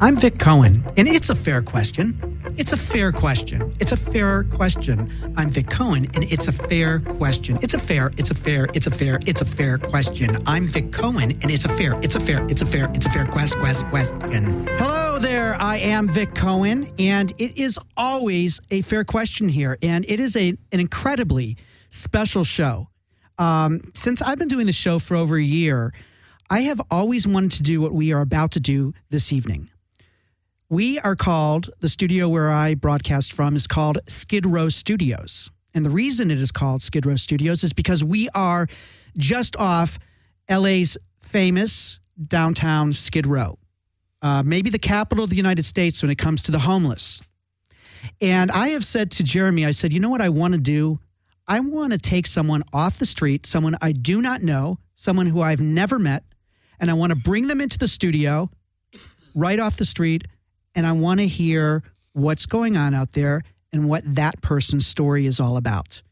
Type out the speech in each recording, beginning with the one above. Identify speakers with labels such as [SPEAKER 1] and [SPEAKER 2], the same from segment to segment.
[SPEAKER 1] I'm Vic Cohen, and it's a fair question. It's a fair question. It's a fair question. I'm Vic Cohen, and it's a fair question. It's a fair, it's a fair, it's a fair, it's a fair question. I'm Vic Cohen, and it's a fair, it's a fair, it's a fair, it's a fair quest, quest, question. Hello there, I am Vic Cohen, and it is always a fair question here, and it is a, an incredibly special show. Um, since I've been doing the show for over a year, I have always wanted to do what we are about to do this evening. We are called, the studio where I broadcast from is called Skid Row Studios. And the reason it is called Skid Row Studios is because we are just off LA's famous downtown Skid Row, uh, maybe the capital of the United States when it comes to the homeless. And I have said to Jeremy, I said, you know what I want to do? I want to take someone off the street, someone I do not know, someone who I've never met, and I want to bring them into the studio right off the street and I want to hear what's going on out there and what that person's story is all about.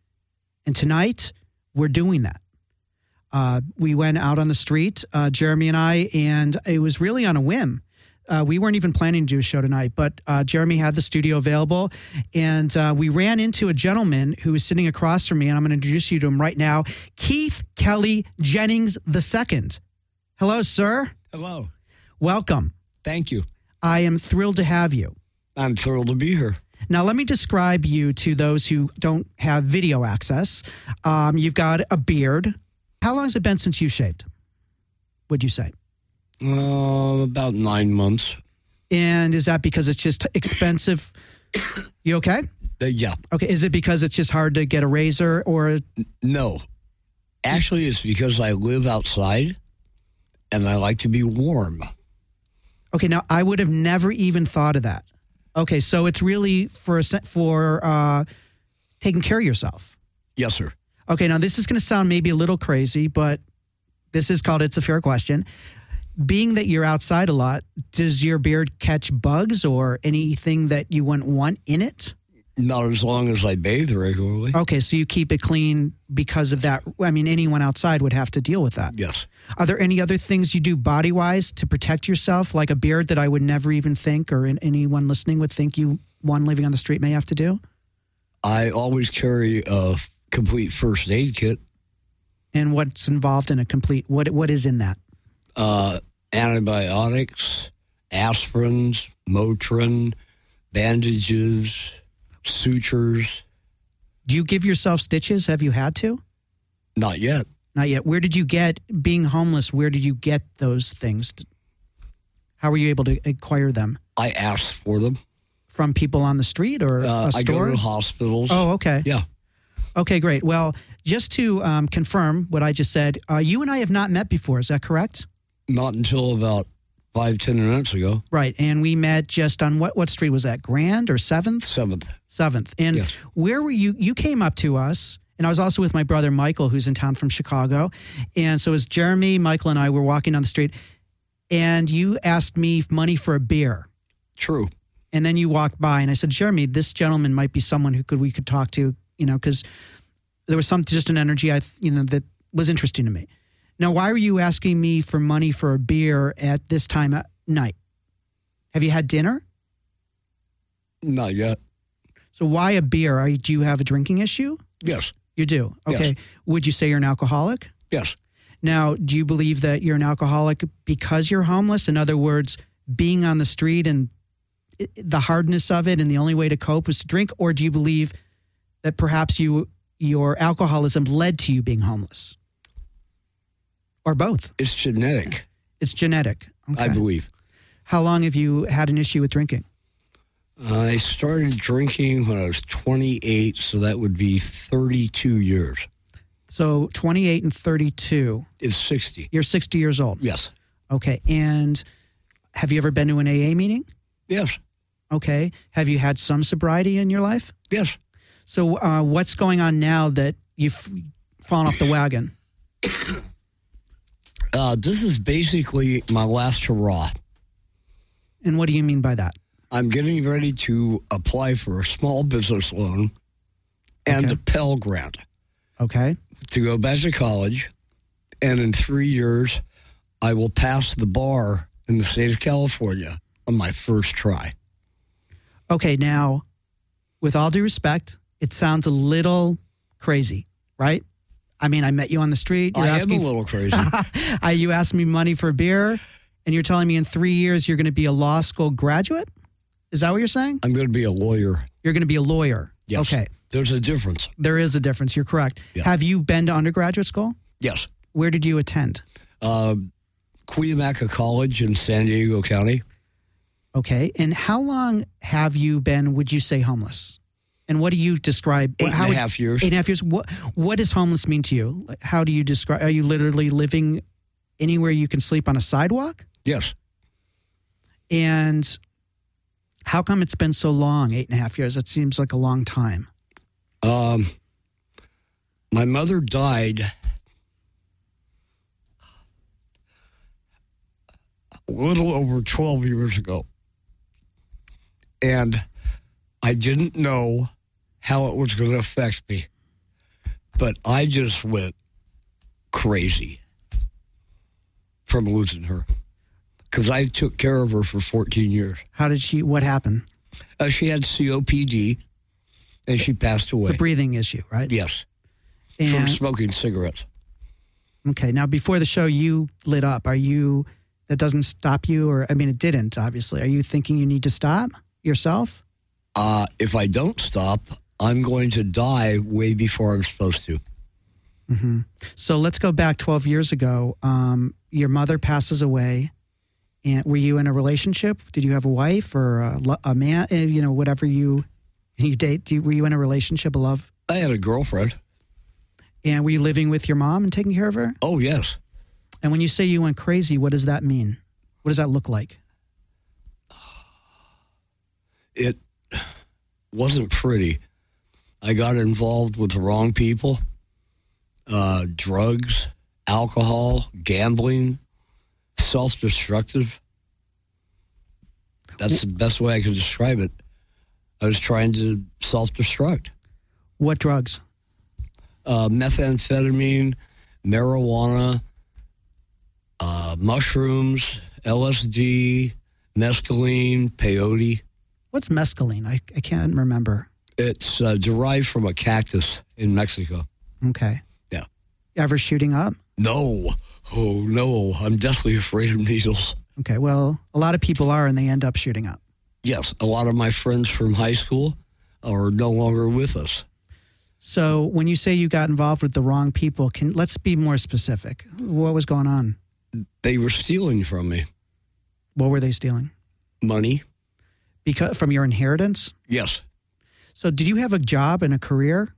[SPEAKER 1] And tonight, we're doing that. Uh, we went out on the street, uh, Jeremy and I, and it was really on a whim. Uh, we weren't even planning to do a show tonight, but uh, Jeremy had the studio available, and uh, we ran into a gentleman who was sitting across from me, and I'm going to introduce you to him right now, Keith Kelly Jennings II. Hello, sir.
[SPEAKER 2] Hello.
[SPEAKER 1] Welcome.
[SPEAKER 2] Thank you.
[SPEAKER 1] I am thrilled to have you.
[SPEAKER 2] I'm thrilled to be here.
[SPEAKER 1] Now, let me describe you to those who don't have video access. Um, you've got a beard. How long has it been since you shaved? Would you say?
[SPEAKER 2] Uh, about nine months.
[SPEAKER 1] And is that because it's just expensive? you okay?
[SPEAKER 2] Uh, yeah.
[SPEAKER 1] Okay. Is it because it's just hard to get a razor or
[SPEAKER 2] No. Actually, it's because I live outside and I like to be warm.
[SPEAKER 1] Okay, now I would have never even thought of that. Okay, so it's really for a se- for uh taking care of yourself.
[SPEAKER 2] Yes, sir.
[SPEAKER 1] Okay, now this is going to sound maybe a little crazy, but this is called It's a Fair Question. Being that you're outside a lot, does your beard catch bugs or anything that you wouldn't want in it?
[SPEAKER 2] Not as long as I bathe regularly.
[SPEAKER 1] Okay, so you keep it clean because of that. I mean, anyone outside would have to deal with that.
[SPEAKER 2] Yes.
[SPEAKER 1] Are there any other things you do body wise to protect yourself, like a beard that I would never even think or in, anyone listening would think you, one living on the street, may have to do?
[SPEAKER 2] I always carry a complete first aid kit,
[SPEAKER 1] And what's involved in a complete, what what is in that?
[SPEAKER 2] uh, antibiotics, aspirins, Motrin, bandages, sutures.
[SPEAKER 1] Do you give yourself stitches? Have you had to?
[SPEAKER 2] Not yet.
[SPEAKER 1] Not yet. Where did you get, being homeless, where did you get those things? How were you able to acquire them?
[SPEAKER 2] I asked for them.
[SPEAKER 1] From people on the street or
[SPEAKER 2] Uh,
[SPEAKER 1] a
[SPEAKER 2] I go
[SPEAKER 1] store?
[SPEAKER 2] to hospitals.
[SPEAKER 1] oh, okay.
[SPEAKER 2] Yeah.
[SPEAKER 1] Okay, great. Well, just to um, confirm what I just said, uh, you and I have not met before. Is that correct?
[SPEAKER 2] Not until about five, ten minutes ago.
[SPEAKER 1] Right. And we met just on what what street was that? Grand or Seventh?
[SPEAKER 2] Seventh.
[SPEAKER 1] Seventh. And
[SPEAKER 2] Yes.
[SPEAKER 1] where were you? You came up to us, and I was also with my brother Michael, who's in town from Chicago. And so as Jeremy, Michael, and I were walking down the street, and you asked me money for a beer.
[SPEAKER 2] True.
[SPEAKER 1] And then you walked by, and I said, Jeremy, this gentleman might be someone who could we could talk to, you know, because there was some just an energy I, you know, that was interesting to me. Now, why were you asking me for money for a beer at this time at night? Have you had dinner?
[SPEAKER 2] Not yet.
[SPEAKER 1] So, why a beer? Are you, do you have a drinking issue?
[SPEAKER 2] Yes.
[SPEAKER 1] You do.
[SPEAKER 2] Yes.
[SPEAKER 1] Okay. Would you say you're an alcoholic?
[SPEAKER 2] Yes.
[SPEAKER 1] Now, do you believe that you're an alcoholic because you're homeless? In other words, being on the street and i- the hardness of it and the only way to cope was to drink or do you believe that perhaps you your alcoholism led to you being homeless? Or both?
[SPEAKER 2] It's genetic,
[SPEAKER 1] It's genetic.
[SPEAKER 2] I
[SPEAKER 1] Okay.
[SPEAKER 2] believe.
[SPEAKER 1] How long have you had an issue with drinking?
[SPEAKER 2] I started drinking when I was 28, so that would be 32 years.
[SPEAKER 1] So, 28 and 32.
[SPEAKER 2] It's 60.
[SPEAKER 1] You're 60 years old.
[SPEAKER 2] Yes.
[SPEAKER 1] Okay. And have you ever been to an AA meeting?
[SPEAKER 2] Yes.
[SPEAKER 1] Okay. Have you had some sobriety in your life?
[SPEAKER 2] Yes.
[SPEAKER 1] So, uh, what's going on now that you've fallen off the wagon?
[SPEAKER 2] Uh, this is basically my last hurrah.
[SPEAKER 1] And what do you mean by that?
[SPEAKER 2] I'm getting ready to apply for a small business loan and
[SPEAKER 1] Okay.
[SPEAKER 2] a Pell Grant.
[SPEAKER 1] Okay.
[SPEAKER 2] to go back to college, and in three years, I will pass the bar in the state of California on my first try.
[SPEAKER 1] Okay, now, with all due respect, it sounds a little crazy, right? I mean, I met you on the street. You're
[SPEAKER 2] I am a
[SPEAKER 1] asking,
[SPEAKER 2] little crazy.
[SPEAKER 1] I, you asked me money for beer, and you're telling me in three years you're going to be a law school graduate. Is that what you're saying?
[SPEAKER 2] I'm going to be a lawyer.
[SPEAKER 1] You're going to be a lawyer.
[SPEAKER 2] Yes.
[SPEAKER 1] Okay,
[SPEAKER 2] There's a difference.
[SPEAKER 1] there is a difference. You're correct.
[SPEAKER 2] Yeah.
[SPEAKER 1] Have you been to undergraduate school?
[SPEAKER 2] Yes.
[SPEAKER 1] Where did you attend?
[SPEAKER 2] Uh, Cuyamaca College in San Diego County.
[SPEAKER 1] Okay, and how long have you been? Would you say homeless? And what do you describe?
[SPEAKER 2] Eight and a half
[SPEAKER 1] how would-
[SPEAKER 2] years.
[SPEAKER 1] Eight and a half years. What What does homeless mean to you? Like, How do you describe? Are you literally living anywhere you can sleep on a sidewalk?
[SPEAKER 2] Yes.
[SPEAKER 1] And how come it's been so long? Eight and a half years. That seems like a long time.
[SPEAKER 2] Um, my mother died. A little over 12 years ago. And I didn't know how it was going to affect me, but I just went crazy from losing her because I took care of her for 14 years.
[SPEAKER 1] How did she? What happened?
[SPEAKER 2] Uh, she had COPD and she passed
[SPEAKER 1] It's a
[SPEAKER 2] away.
[SPEAKER 1] breathing issue, right?
[SPEAKER 2] Yes, from
[SPEAKER 1] And,
[SPEAKER 2] smoking cigarettes.
[SPEAKER 1] okay. Now, before the show, you lit up. Are you? That doesn't stop you, or I mean, it didn't. Obviously, are you thinking you need to stop yourself?
[SPEAKER 2] Uh, if I don't stop, I'm going to die way before I'm supposed to.
[SPEAKER 1] Mm-hmm. So let's go back 12 years ago. Um, your mother passes away. And were you in a relationship? Did you have a wife or a, lo- a man? eh, You know, whatever you you date. Do, you- were you in a relationship, a love?
[SPEAKER 2] I had a girlfriend.
[SPEAKER 1] And were you living with your mom and taking care of her?
[SPEAKER 2] Oh, yes.
[SPEAKER 1] And when you say you went crazy, what does that mean? What does that look like?
[SPEAKER 2] It wasn't pretty. I got involved with the wrong people uh, drugs, alcohol, gambling, self destructive. That's the best way I can describe it. I was trying to self destruct.
[SPEAKER 1] What drugs?
[SPEAKER 2] uh, methamphetamine, marijuana, uh, mushrooms, LSD, mescaline, peyote.
[SPEAKER 1] What's mescaline? I, I can't remember.
[SPEAKER 2] It's uh, derived from a cactus in Mexico.
[SPEAKER 1] Okay.
[SPEAKER 2] Yeah.
[SPEAKER 1] Ever shooting up?
[SPEAKER 2] No. Oh, no. I'm deathly afraid of needles.
[SPEAKER 1] Okay. Well, a lot of people are and they end up shooting up.
[SPEAKER 2] Yes, a lot of my friends from high school are no longer with us.
[SPEAKER 1] So when you say you got involved with the wrong people, can let's be more specific. What was going on?
[SPEAKER 2] They were stealing from me
[SPEAKER 1] What were they stealing?
[SPEAKER 2] money.
[SPEAKER 1] Because from your inheritance?
[SPEAKER 2] Yes.
[SPEAKER 1] So did you have a job and a career?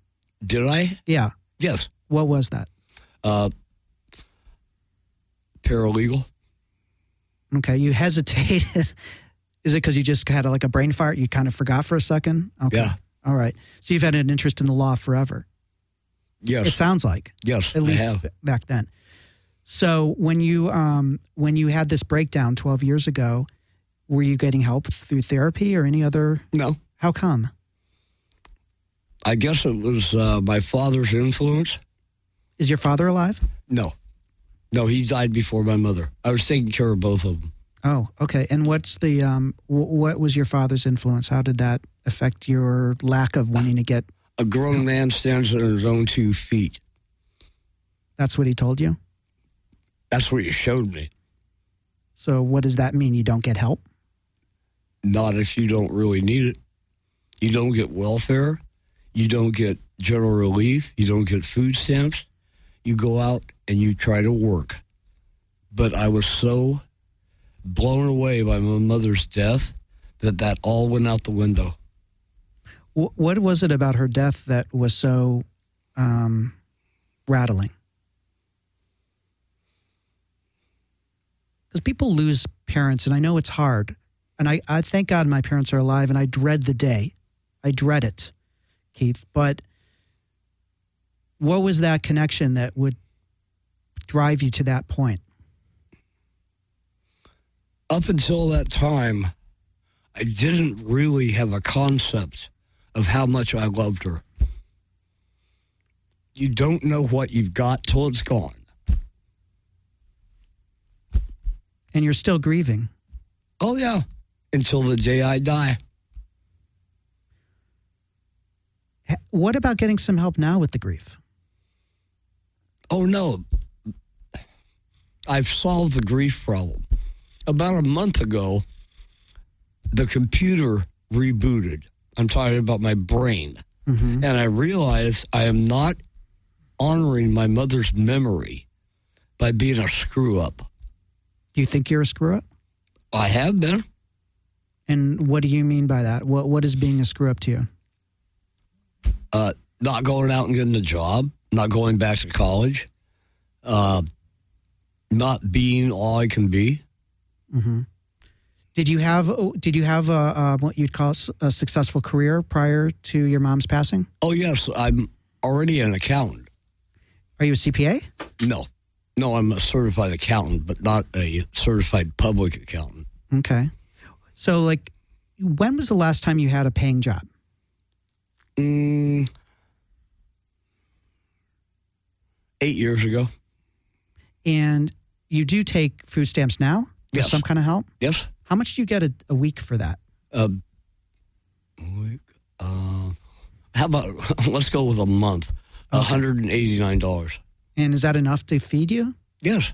[SPEAKER 2] Did I?
[SPEAKER 1] Yeah.
[SPEAKER 2] Yes.
[SPEAKER 1] What was that?
[SPEAKER 2] Uh, paralegal.
[SPEAKER 1] Okay, you hesitated. Is it because you just had like a brain fart? You kind of forgot for a second? Okay.
[SPEAKER 2] Yeah.
[SPEAKER 1] All right. So you've had an interest in the law forever.
[SPEAKER 2] Yes.
[SPEAKER 1] It sounds like.
[SPEAKER 2] yes.
[SPEAKER 1] at
[SPEAKER 2] I
[SPEAKER 1] least
[SPEAKER 2] have.
[SPEAKER 1] b- back then. So when you um, when you had this breakdown 12 years ago, were you getting help through therapy or any other?
[SPEAKER 2] No.
[SPEAKER 1] How come?
[SPEAKER 2] I guess it was uh, my father's influence.
[SPEAKER 1] Is your father alive?
[SPEAKER 2] No, no, he died before my mother. I was taking care of both of them.
[SPEAKER 1] Oh, okay. And what's the um, w- what was your father's influence? How did that affect your lack of wanting to get?
[SPEAKER 2] A grown man stands on his own two feet.
[SPEAKER 1] That's what he told you.
[SPEAKER 2] That's what you showed me.
[SPEAKER 1] So what does that mean? You don't get help?
[SPEAKER 2] Not if you don't really need it. You don't get welfare. You don't get general relief. You don't get food stamps. You go out and you try to work. But I was so blown away by my mother's death that that all went out the window.
[SPEAKER 1] W- what was it about her death that was so um, rattling? Because people lose parents, and I know it's hard. And I, I thank God my parents are alive, and I dread the day. I dread it, Keith. But what was that connection that would drive you to that point?
[SPEAKER 2] up until that time, I didn't really have a concept of how much I loved her. You don't know what you've got till it's gone.
[SPEAKER 1] And you're still grieving.
[SPEAKER 2] Oh, yeah. until the day I die.
[SPEAKER 1] H- What about getting some help now with the grief?
[SPEAKER 2] Oh no, I've solved the grief problem. About a month ago, the computer rebooted. I'm talking about my brain. And I realized I am not honoring my mother's memory by being a screw up.
[SPEAKER 1] Do you think you're a screw up?
[SPEAKER 2] I have been.
[SPEAKER 1] And what do you mean by that? What What is being a screw up to you?
[SPEAKER 2] uh, not going out and getting a job, not going back to college, uh, not being all I can be.
[SPEAKER 1] Did you have Did you have a, uh what you'd call s- a successful career prior to your mom's passing?
[SPEAKER 2] Oh, yes, I'm already an accountant.
[SPEAKER 1] Are you a CPA?
[SPEAKER 2] No, no, I'm a certified accountant, but not a certified public accountant.
[SPEAKER 1] Okay. So, like, when was the last time you had a paying job?
[SPEAKER 2] Mm, eight years ago.
[SPEAKER 1] And you do take food stamps now? with
[SPEAKER 2] Yes.
[SPEAKER 1] Some kind of help?
[SPEAKER 2] Yes.
[SPEAKER 1] How much do you get a, a week for that?
[SPEAKER 2] Uh, like, uh, how about let's go with a month? $189.
[SPEAKER 1] And is that enough to feed you?
[SPEAKER 2] Yes.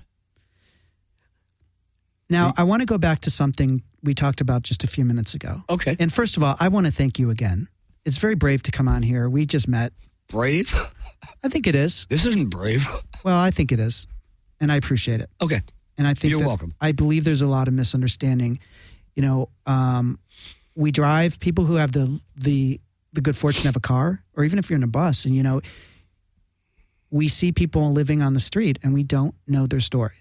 [SPEAKER 1] Now, I want to go back to something we talked about just a few minutes ago.
[SPEAKER 2] Okay.
[SPEAKER 1] And first of all, I want to thank you again. It's very brave to come on here. We just met.
[SPEAKER 2] Brave.
[SPEAKER 1] I think it is.
[SPEAKER 2] This isn't brave.
[SPEAKER 1] Well, I think it is. And I appreciate it.
[SPEAKER 2] Okay.
[SPEAKER 1] And I think
[SPEAKER 2] You're
[SPEAKER 1] that-
[SPEAKER 2] welcome.
[SPEAKER 1] I believe there's a lot of misunderstanding. You know, um, we drive people who have the the the good fortune of a car, or even if you're in a bus, and you know, we see people living on the street and we don't know their story.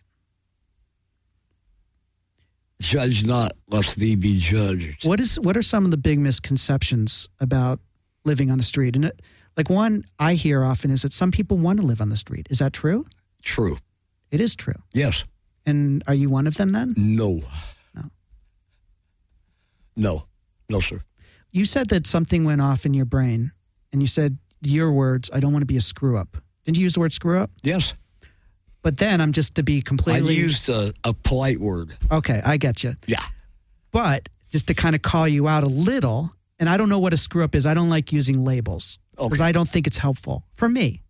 [SPEAKER 2] Judge not, lest thee be judged.
[SPEAKER 1] What is what are some of the big misconceptions about living on the street? And it, like one I hear often is that some people want to live on the street. Is that true?
[SPEAKER 2] True.
[SPEAKER 1] It is true.
[SPEAKER 2] Yes.
[SPEAKER 1] And are you one of them then?
[SPEAKER 2] No.
[SPEAKER 1] No.
[SPEAKER 2] No. No, sir.
[SPEAKER 1] You said that something went off in your brain, and you said your words. I don't want to be a screw up. Didn't you use the word screw up?
[SPEAKER 2] Yes.
[SPEAKER 1] But then I'm just to be completely
[SPEAKER 2] I used a, a polite word.
[SPEAKER 1] okay. I get you.
[SPEAKER 2] Yeah.
[SPEAKER 1] But just to kind of call you out a little, and I don't know what a screw up is. I don't like using labels because
[SPEAKER 2] Okay.
[SPEAKER 1] I don't think it's helpful for me.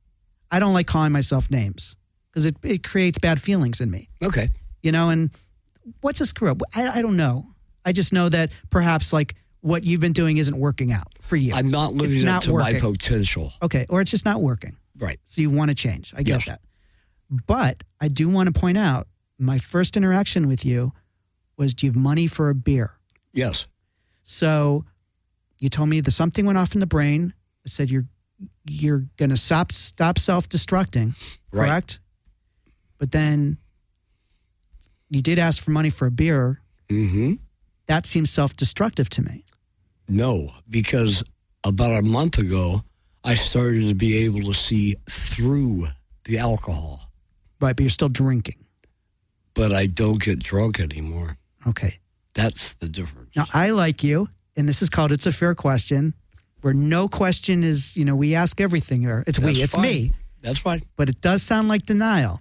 [SPEAKER 1] I don't like calling myself names because it it creates bad feelings in me.
[SPEAKER 2] Okay.
[SPEAKER 1] You know, and what's a screw up? I, I don't know. I just know that perhaps like what you've been doing isn't working out for you.
[SPEAKER 2] I'm not
[SPEAKER 1] It's
[SPEAKER 2] living up
[SPEAKER 1] not
[SPEAKER 2] to my
[SPEAKER 1] working.
[SPEAKER 2] potential.
[SPEAKER 1] okay, or it's just not working.
[SPEAKER 2] Right.
[SPEAKER 1] So you want to change. I get
[SPEAKER 2] Yes.
[SPEAKER 1] that. But I do want to point out my first interaction with you was do you have money for a beer?
[SPEAKER 2] Yes.
[SPEAKER 1] So you told me that something went off in the brain that said you're you're gonna stop stop self destructing,
[SPEAKER 2] Right.
[SPEAKER 1] correct? But then you did ask for money for a beer.
[SPEAKER 2] Mm-hmm.
[SPEAKER 1] That seems self destructive to me.
[SPEAKER 2] No, because about a month ago, I started to be able to see through the alcohol,
[SPEAKER 1] Right, but you're still drinking.
[SPEAKER 2] but I don't get drunk anymore.
[SPEAKER 1] Okay.
[SPEAKER 2] That's the difference.
[SPEAKER 1] Now I like you, and this is called "It's a Fair Question," where no question is. You know, we ask everything, or it's
[SPEAKER 2] That's
[SPEAKER 1] we, it's
[SPEAKER 2] fine.
[SPEAKER 1] me,
[SPEAKER 2] That's fine.
[SPEAKER 1] but it does sound like denial,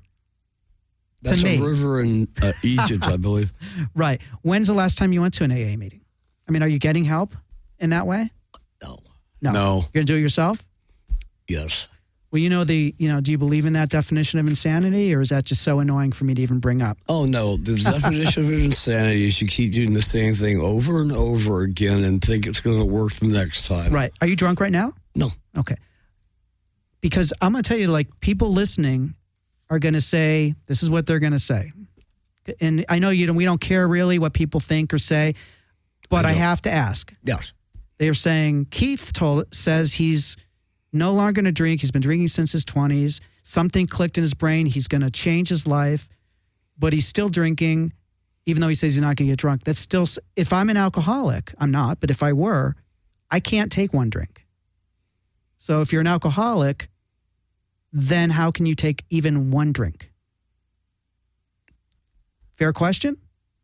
[SPEAKER 2] That's
[SPEAKER 1] me.
[SPEAKER 2] a river in uh, Egypt, I believe.
[SPEAKER 1] right? When's the last time you went to an AA meeting? I mean, are you getting help in that way?
[SPEAKER 2] No.
[SPEAKER 1] No.
[SPEAKER 2] No.
[SPEAKER 1] You're gonna do it yourself?
[SPEAKER 2] Yes.
[SPEAKER 1] Well, you know the, you know, do you believe in that definition of insanity, or is that just so annoying for me to even bring up?
[SPEAKER 2] Oh no. The definition of insanity is you keep doing the same thing over and over again and think it's going to work the next time.
[SPEAKER 1] Right? Are you drunk right now?
[SPEAKER 2] No.
[SPEAKER 1] Okay. Because I'm going to tell you, like, people listening are going to say, this is what they're going to say. And I know you don't, we don't care really what people think or say, but I,
[SPEAKER 2] I don't.
[SPEAKER 1] have to ask.
[SPEAKER 2] Yes.
[SPEAKER 1] They're saying Keith told says he's no longer going to drink. He's been drinking since his 20s. Something clicked in his brain. He's going to change his life, but he's still drinking, even though he says he's not going to get drunk. That's still, s- if I'm an alcoholic, I'm not, but if I were, I can't take one drink. So if you're an alcoholic, then how can you take even one drink? Fair question?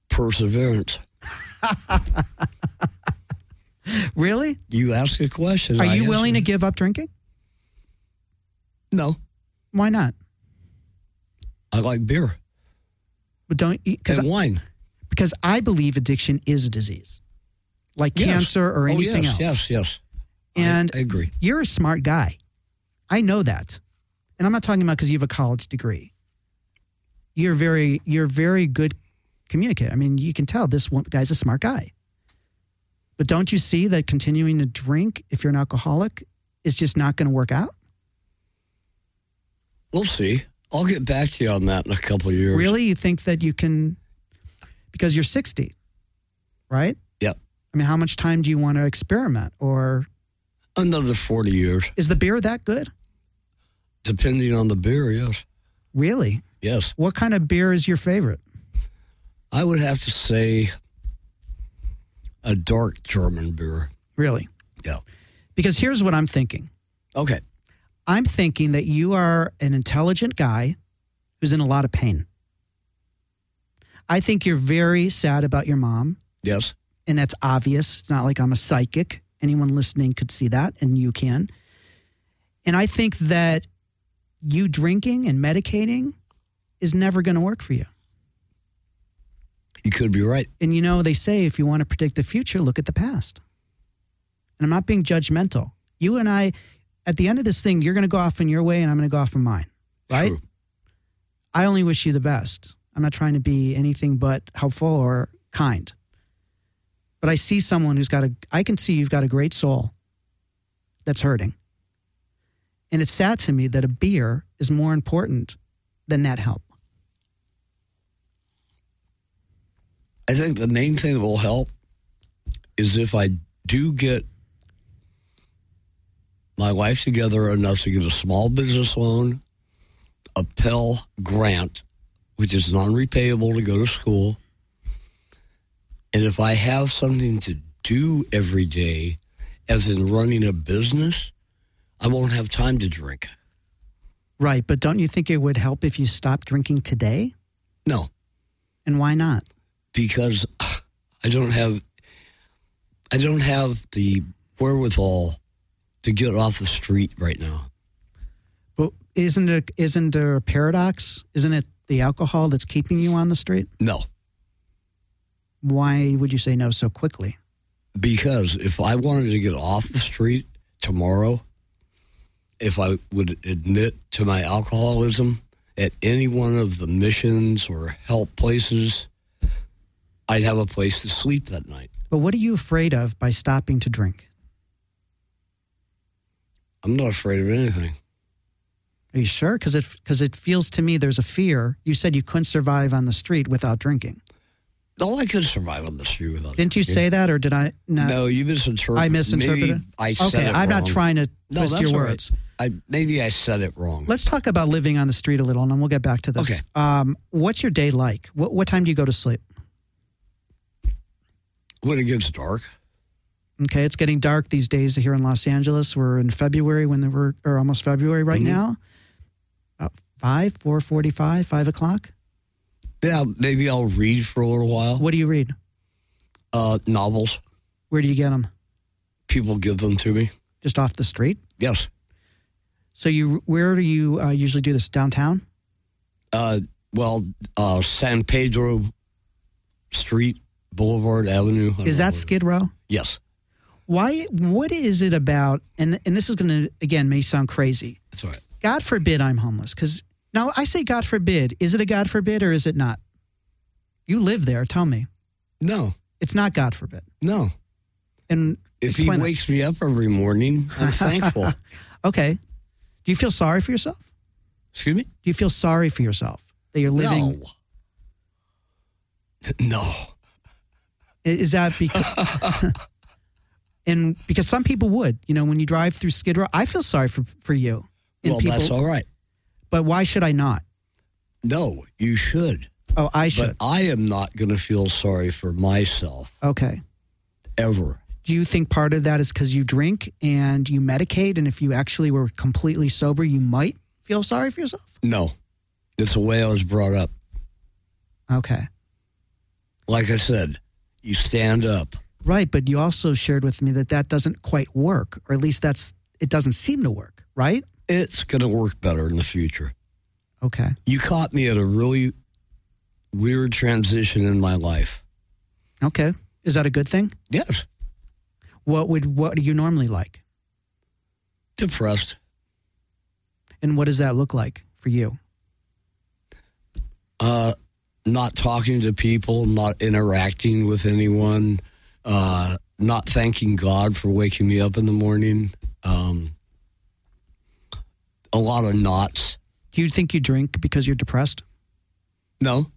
[SPEAKER 2] Perseverance.
[SPEAKER 1] Really?
[SPEAKER 2] You ask a question.
[SPEAKER 1] Are
[SPEAKER 2] I
[SPEAKER 1] you
[SPEAKER 2] answer.
[SPEAKER 1] willing to give up drinking?
[SPEAKER 2] No.
[SPEAKER 1] Why not?
[SPEAKER 2] I like beer
[SPEAKER 1] But don't because
[SPEAKER 2] and wine.
[SPEAKER 1] because I believe addiction is a disease. like
[SPEAKER 2] Yes.
[SPEAKER 1] cancer or
[SPEAKER 2] Oh,
[SPEAKER 1] anything
[SPEAKER 2] yes,
[SPEAKER 1] else.
[SPEAKER 2] Yes, yes. I-
[SPEAKER 1] And
[SPEAKER 2] I, agree.
[SPEAKER 1] you're a smart guy. I know that. And I'm not talking about because you have a college degree. You're very, you're a very good communicator. I mean, you can tell this one guy's a smart guy. But don't you see that continuing to drink if you're an alcoholic is just not going to work out?
[SPEAKER 2] We'll see. I'll get back to you on that in a couple of years.
[SPEAKER 1] Really? You think that you can, because you're 60, right?
[SPEAKER 2] Yep.
[SPEAKER 1] I mean, how much time do you want to experiment? Or
[SPEAKER 2] Another 40 years,
[SPEAKER 1] is the beer that good?
[SPEAKER 2] depending on the beer, yes.
[SPEAKER 1] Really?
[SPEAKER 2] Yes.
[SPEAKER 1] What kind of beer is your favorite?
[SPEAKER 2] I would have to say a dark German beer.
[SPEAKER 1] Really?
[SPEAKER 2] Yeah.
[SPEAKER 1] Because here's what I'm thinking
[SPEAKER 2] Okay.
[SPEAKER 1] I'm thinking that you are an intelligent guy who's in a lot of pain. I think you're very sad about your mom,
[SPEAKER 2] Yes.
[SPEAKER 1] and that's obvious. It's not like I'm a psychic. Anyone listening could see that, and you can. And I think that you drinking and medicating is never going to work for you.
[SPEAKER 2] You could be right.
[SPEAKER 1] And you know, they say if you want to predict the future, look at the past. And I'm not being judgmental. You and I, at the end of this thing, you're going to go off in your way and I'm going to go off in mine. Right?
[SPEAKER 2] True.
[SPEAKER 1] I only wish you the best. I'm not trying to be anything but helpful or kind. But I see someone who's got a, I can see you've got a great soul that's hurting. And it's sad to me that a beer is more important than that help.
[SPEAKER 2] I think the main thing that will help is if I do get my wife together enough to get a small business loan, a Pell grant, which is non repayable to go to school. And if I have something to do every day, as in running a business, I won't have time to drink.
[SPEAKER 1] Right. But don't you think it would help if you stopped drinking today?
[SPEAKER 2] No,
[SPEAKER 1] And why not?
[SPEAKER 2] because I don't have I don't have the wherewithal to get off the street right now.
[SPEAKER 1] But isn't it isn't there a paradox? Isn't it the alcohol that's keeping you on the street?
[SPEAKER 2] No,
[SPEAKER 1] Why would you say no so quickly?
[SPEAKER 2] because if I wanted to get off the street tomorrow, if I would admit to my alcoholism at any one of the missions or help places, I'd have a place to sleep that night.
[SPEAKER 1] But what are you afraid of by stopping to drink?
[SPEAKER 2] I'm not afraid of anything.
[SPEAKER 1] Are you sure? Because it because it feels to me there's a fear. You said you couldn't survive on the street without drinking.
[SPEAKER 2] No, I could survive on the street without.
[SPEAKER 1] Didn't you
[SPEAKER 2] drinking.
[SPEAKER 1] say that, or did I? No,
[SPEAKER 2] No, you misinterpreted.
[SPEAKER 1] I misinterpreted.
[SPEAKER 2] Maybe I said
[SPEAKER 1] okay,
[SPEAKER 2] it
[SPEAKER 1] I'm
[SPEAKER 2] wrong.
[SPEAKER 1] not trying to
[SPEAKER 2] No,
[SPEAKER 1] twist
[SPEAKER 2] that's
[SPEAKER 1] your
[SPEAKER 2] all right.
[SPEAKER 1] words.
[SPEAKER 2] I maybe I said it wrong.
[SPEAKER 1] Let's talk about living on the street a little, and then we'll get back to this.
[SPEAKER 2] Okay.
[SPEAKER 1] Um, what's your day like? What what time do you go to sleep?
[SPEAKER 2] when it gets dark,
[SPEAKER 1] Okay, it's getting dark these days here in Los Angeles. We're in February when the, we're or almost February right
[SPEAKER 2] Mhm.
[SPEAKER 1] now. About five, four forty-five, five o'clock.
[SPEAKER 2] yeah, maybe I'll read for a little while.
[SPEAKER 1] What do you read?
[SPEAKER 2] Uh, novels,
[SPEAKER 1] Where do you get them?
[SPEAKER 2] people give them to me.
[SPEAKER 1] Just off the street.
[SPEAKER 2] Yes,
[SPEAKER 1] So you, where do you uh, usually do this? Downtown.
[SPEAKER 2] uh, well, uh, San Pedro Street, Boulevard Avenue. I
[SPEAKER 1] Is
[SPEAKER 2] don't
[SPEAKER 1] that
[SPEAKER 2] know.
[SPEAKER 1] Skid Row?
[SPEAKER 2] yes?
[SPEAKER 1] Why? What is it about? And and this is going to again may sound crazy.
[SPEAKER 2] That's all right.
[SPEAKER 1] God forbid I'm homeless. Because now I say God forbid. Is it a God forbid or is it not? You live there. Tell me.
[SPEAKER 2] No,
[SPEAKER 1] It's not God forbid.
[SPEAKER 2] no.
[SPEAKER 1] And
[SPEAKER 2] If
[SPEAKER 1] Explain
[SPEAKER 2] he
[SPEAKER 1] that.
[SPEAKER 2] wakes me up every morning, I'm thankful.
[SPEAKER 1] Okay. Do you feel sorry for yourself?
[SPEAKER 2] Excuse me.
[SPEAKER 1] Do you feel sorry for yourself that you're living?
[SPEAKER 2] No. No.
[SPEAKER 1] I- Is that because? and because some people would, you know, when you drive through Skid Row, I feel sorry for for you. And
[SPEAKER 2] Well,
[SPEAKER 1] people,
[SPEAKER 2] that's all right.
[SPEAKER 1] But why should I not?
[SPEAKER 2] No, you should.
[SPEAKER 1] Oh, I
[SPEAKER 2] But
[SPEAKER 1] should.
[SPEAKER 2] I am not going to feel sorry for myself
[SPEAKER 1] okay.
[SPEAKER 2] ever.
[SPEAKER 1] Do you think part of that is because you drink and you medicate, and if you actually were completely sober, you might feel sorry for yourself?
[SPEAKER 2] No, it's the way I was brought up.
[SPEAKER 1] Okay.
[SPEAKER 2] Like I said, you stand up.
[SPEAKER 1] Right, but you also shared with me that that doesn't quite work, or at least that's it doesn't seem to work, right?
[SPEAKER 2] It's going to work better in the future.
[SPEAKER 1] Okay.
[SPEAKER 2] You caught me at a really weird transition in my life.
[SPEAKER 1] Okay. Is that a good thing?
[SPEAKER 2] Yes,
[SPEAKER 1] What would what do you normally like?
[SPEAKER 2] Depressed.
[SPEAKER 1] And what does that look like for you?
[SPEAKER 2] Uh, not talking to people, not interacting with anyone, uh, not thanking God for waking me up in the morning. Um, a lot of knots.
[SPEAKER 1] Do you think you drink because you're depressed?
[SPEAKER 2] No.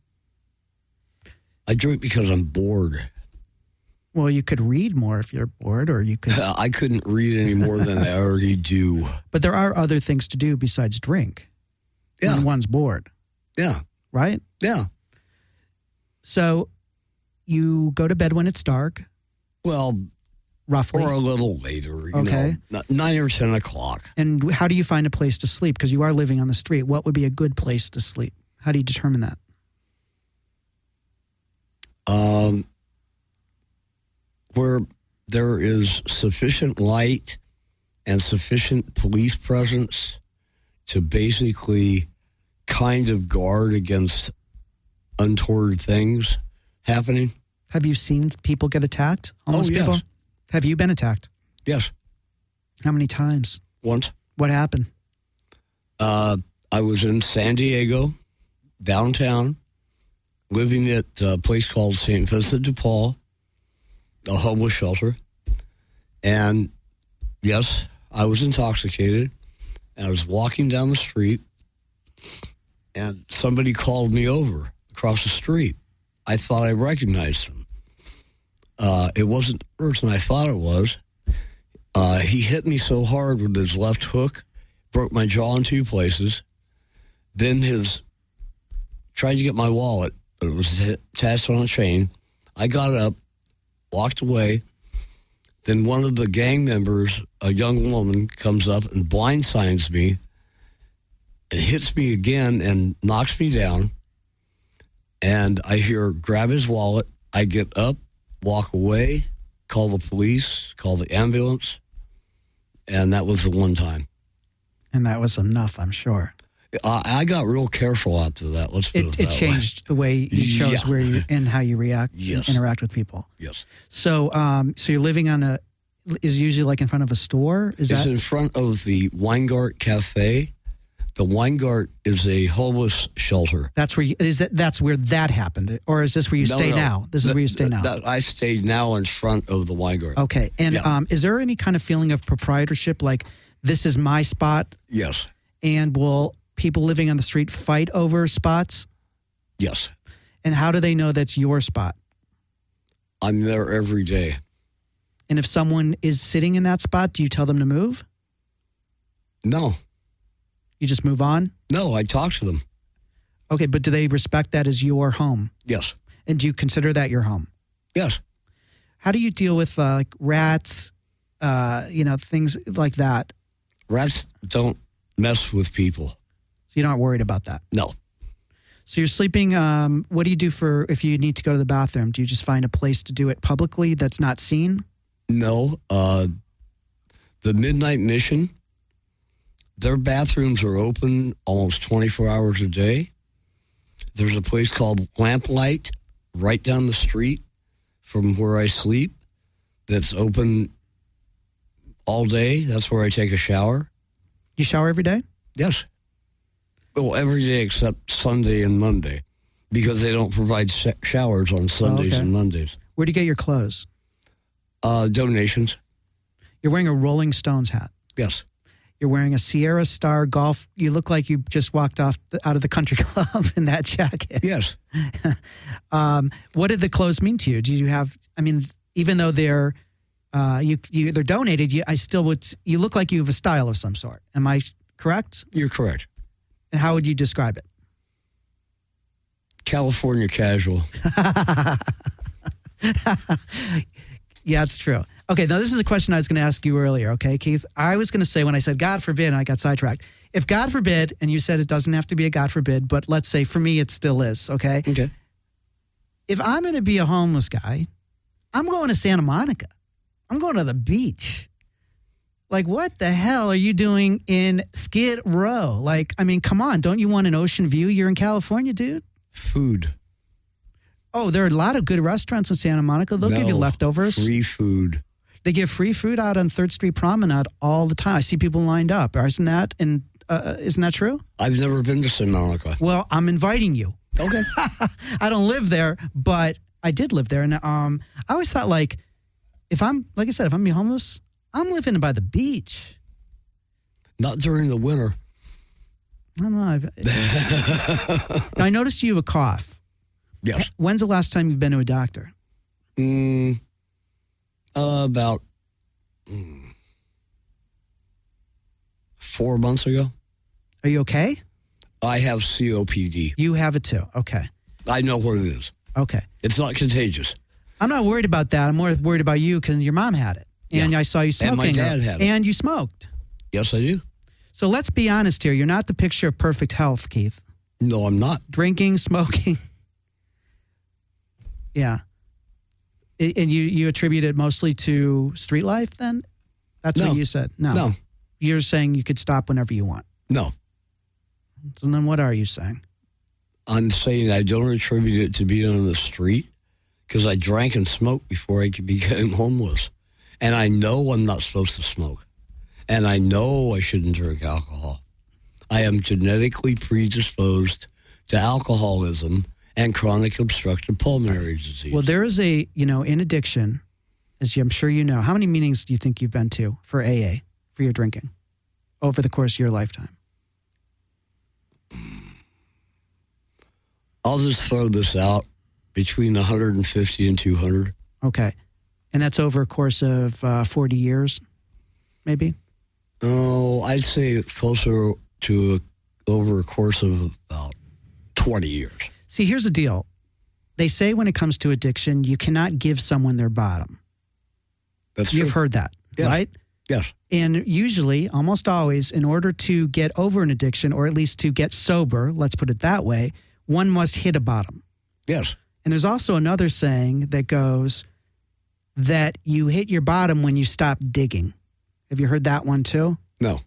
[SPEAKER 2] I drink because I'm bored.
[SPEAKER 1] Well, you could read more if you're bored, or you could.
[SPEAKER 2] I couldn't read any more than I already do.
[SPEAKER 1] But there are other things to do besides drink
[SPEAKER 2] Yeah.
[SPEAKER 1] when one's bored,
[SPEAKER 2] Yeah.
[SPEAKER 1] right?
[SPEAKER 2] Yeah.
[SPEAKER 1] So you go to bed when it's dark,
[SPEAKER 2] Well,
[SPEAKER 1] roughly.
[SPEAKER 2] or a little later, you
[SPEAKER 1] Okay.
[SPEAKER 2] know, n- nine or 10 o'clock.
[SPEAKER 1] and how do you find a place to sleep? Because you are living on the street. What would be a good place to sleep? How do you determine that?
[SPEAKER 2] um, where there is sufficient light and sufficient police presence to basically kind of guard against untoward things happening.
[SPEAKER 1] Have you seen people get attacked? Homeless
[SPEAKER 2] Oh, yes.
[SPEAKER 1] people? Have you been attacked?
[SPEAKER 2] Yes,
[SPEAKER 1] How many times?
[SPEAKER 2] once
[SPEAKER 1] What happened?
[SPEAKER 2] uh, I was in San Diego, downtown, living at a place called St. Vincent de Paul, a homeless shelter. And yes, I was intoxicated. And I was walking down the street, and somebody called me over across the street. I thought I recognized him. Uh, it wasn't the person I thought it was. Uh, he hit me so hard with his left hook, broke my jaw in two places. Then his tried to get my wallet, but it was attached on a chain. I got up, walked away. Then one of the gang members, a young woman, comes up and blindsides me and hits me again and knocks me down. And I hear grab his wallet. I get up, walk away, call the police, call the ambulance. And that was the one time.
[SPEAKER 1] And that was enough, I'm sure.
[SPEAKER 2] I, I got real careful after that. Let's put it,
[SPEAKER 1] It,
[SPEAKER 2] that
[SPEAKER 1] it
[SPEAKER 2] way.
[SPEAKER 1] changed the way you chose
[SPEAKER 2] Yeah.
[SPEAKER 1] where you and how you react
[SPEAKER 2] Yes.
[SPEAKER 1] and interact with people.
[SPEAKER 2] Yes,
[SPEAKER 1] So, um, so you're living on a is usually like in front of a store. Is
[SPEAKER 2] it's
[SPEAKER 1] that
[SPEAKER 2] in front of the Weingart Cafe. The Weingart is a homeless shelter.
[SPEAKER 1] that's where you, is that that's where that happened, or is this where you
[SPEAKER 2] No,
[SPEAKER 1] stay
[SPEAKER 2] no.
[SPEAKER 1] now? This is where you stay now.
[SPEAKER 2] That- I stayed now in front of the Weingart.
[SPEAKER 1] okay, and
[SPEAKER 2] Yeah.
[SPEAKER 1] um, is there any kind of feeling of proprietorship, like this is my spot,
[SPEAKER 2] Yes,
[SPEAKER 1] and will people living on the street fight over spots?
[SPEAKER 2] yes,
[SPEAKER 1] And how do they know that's your spot?
[SPEAKER 2] I'm there every day.
[SPEAKER 1] And if someone is sitting in that spot, do you tell them to move?
[SPEAKER 2] No,
[SPEAKER 1] You just move on.
[SPEAKER 2] no, I talk to them.
[SPEAKER 1] Okay, but do they respect that as your home?
[SPEAKER 2] Yes,
[SPEAKER 1] And do you consider that your home?
[SPEAKER 2] yes.
[SPEAKER 1] How do you deal with uh, like rats, uh, you know, things like that?
[SPEAKER 2] Rats don't mess with people.
[SPEAKER 1] So you're not worried about that.
[SPEAKER 2] No,
[SPEAKER 1] So you're sleeping. Um, what do you do for if you need to go to the bathroom? Do you just find a place to do it publicly that's not seen?
[SPEAKER 2] No, uh, the Midnight Mission. Their bathrooms are open almost 24 hours a day. There's a place called Lamplight right down the street from where I sleep that's open all day. That's where I take a shower.
[SPEAKER 1] You shower every day.
[SPEAKER 2] Yes. Well, every day except Sunday and Monday because they don't provide sh- showers on Sundays
[SPEAKER 1] okay.
[SPEAKER 2] and Mondays.
[SPEAKER 1] Where do you get your clothes?
[SPEAKER 2] Uh, donations.
[SPEAKER 1] You're wearing a Rolling Stones hat.
[SPEAKER 2] Yes.
[SPEAKER 1] You're wearing a Sierra Star golf. You look like you just walked off the, out of the country club in that jacket.
[SPEAKER 2] Yes.
[SPEAKER 1] Um, what did the clothes mean to you? Do you have? I mean, even though they're uh, you, you they're donated, you, I still would. s- You look like you have a style of some sort. Am I correct?
[SPEAKER 2] You're correct.
[SPEAKER 1] And how would you describe it?
[SPEAKER 2] California casual.
[SPEAKER 1] Yeah, it's true. Okay, now this is a question I was going to ask you earlier. Okay, Keith, I was going to say when I said God forbid, and I got sidetracked. If God forbid, and you said it doesn't have to be a God forbid, but let's say for me it still is. Okay,
[SPEAKER 2] Okay.
[SPEAKER 1] if I'm going to be a homeless guy, I'm going to Santa Monica. I'm going to the beach. Like, what the hell are you doing in Skid Row? Like, I mean, come on, don't you want an ocean view? You're in California, dude.
[SPEAKER 2] Food.
[SPEAKER 1] Oh, there are a lot of good restaurants in Santa Monica. They'll give you
[SPEAKER 2] No.
[SPEAKER 1] leftovers.
[SPEAKER 2] Free food.
[SPEAKER 1] They give free food out on Third Street Promenade all the time. I see people lined up. Isn't that and uh, isn't that true?
[SPEAKER 2] I've never been to San Monica.
[SPEAKER 1] Well, I'm inviting you.
[SPEAKER 2] Okay.
[SPEAKER 1] I don't live there, but I did live there, and um, I always thought like, if I'm like I said, if I'm gonna be homeless, I'm living by the beach.
[SPEAKER 2] Not during the winter.
[SPEAKER 1] I don't know. I've, Now, I noticed you have a cough.
[SPEAKER 2] Yes.
[SPEAKER 1] When's the last time you've been to a doctor?
[SPEAKER 2] Mm, uh, about mm, four months ago,
[SPEAKER 1] Are you okay?
[SPEAKER 2] I have COPD.
[SPEAKER 1] You have it too. Okay.
[SPEAKER 2] I know what it is.
[SPEAKER 1] Okay.
[SPEAKER 2] It's not contagious.
[SPEAKER 1] I'm not worried about that. I'm more worried about you because your mom had it, and I saw you smoking.
[SPEAKER 2] And my dad had it.
[SPEAKER 1] And you smoked.
[SPEAKER 2] Yes, I do.
[SPEAKER 1] So let's be honest here. You're not the picture of perfect health, Keith.
[SPEAKER 2] No, I'm not.
[SPEAKER 1] Drinking, smoking. yeah. A- And you you attribute it mostly to street life. Then, that's
[SPEAKER 2] No.
[SPEAKER 1] what you said. No.
[SPEAKER 2] No,
[SPEAKER 1] You're saying you could stop whenever you want.
[SPEAKER 2] no.
[SPEAKER 1] So then, what are you saying?
[SPEAKER 2] I'm saying I don't attribute it to being on the street because I drank and smoked before I became homeless. And I know I'm not supposed to smoke. And I know I shouldn't drink alcohol. I am genetically predisposed to alcoholism and chronic obstructive pulmonary disease.
[SPEAKER 1] Well, there is a you know in addiction, as you- I'm sure you know. How many meetings do you think you've been to for AA for your drinking over the course of your lifetime?
[SPEAKER 2] I'll just throw this out between 150 and 200.
[SPEAKER 1] Okay. And that's over a course of uh, 40 years, maybe?
[SPEAKER 2] Oh, I'd say it's closer to over a course of about 20 years.
[SPEAKER 1] See, here's the deal. They say when it comes to addiction, you cannot give someone their bottom.
[SPEAKER 2] That's
[SPEAKER 1] You've
[SPEAKER 2] true.
[SPEAKER 1] heard that,
[SPEAKER 2] Yeah.
[SPEAKER 1] right?
[SPEAKER 2] Yes.
[SPEAKER 1] And usually, almost always, in order to get over an addiction or at least to get sober, let's put it that way, one must hit a bottom.
[SPEAKER 2] Yes.
[SPEAKER 1] And there's also another saying that goes that you hit your bottom when you stop digging. Have you heard that one too?
[SPEAKER 2] No.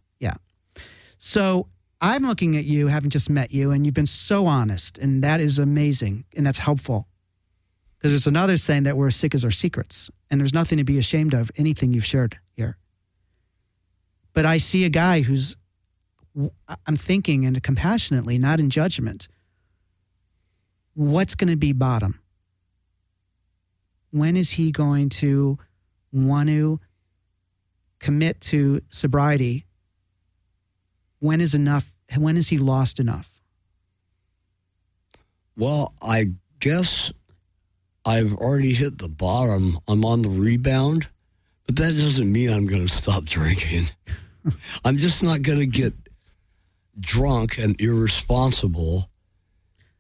[SPEAKER 1] So I'm looking at you, having just met you, and you've been so honest, and that is amazing, and that's helpful. Because there's another saying that we're as sick as our secrets, and there's nothing to be ashamed of, anything you've shared here. But I see a guy who's, I'm thinking, and compassionately, not in judgment, what's going to be bottom? When is he going to want to commit to sobriety when is enough when is he lost enough
[SPEAKER 2] Well, I guess I've already hit the bottom. I'm on the rebound, but that doesn't mean I'm going to stop drinking. I'm just not going to get drunk and irresponsible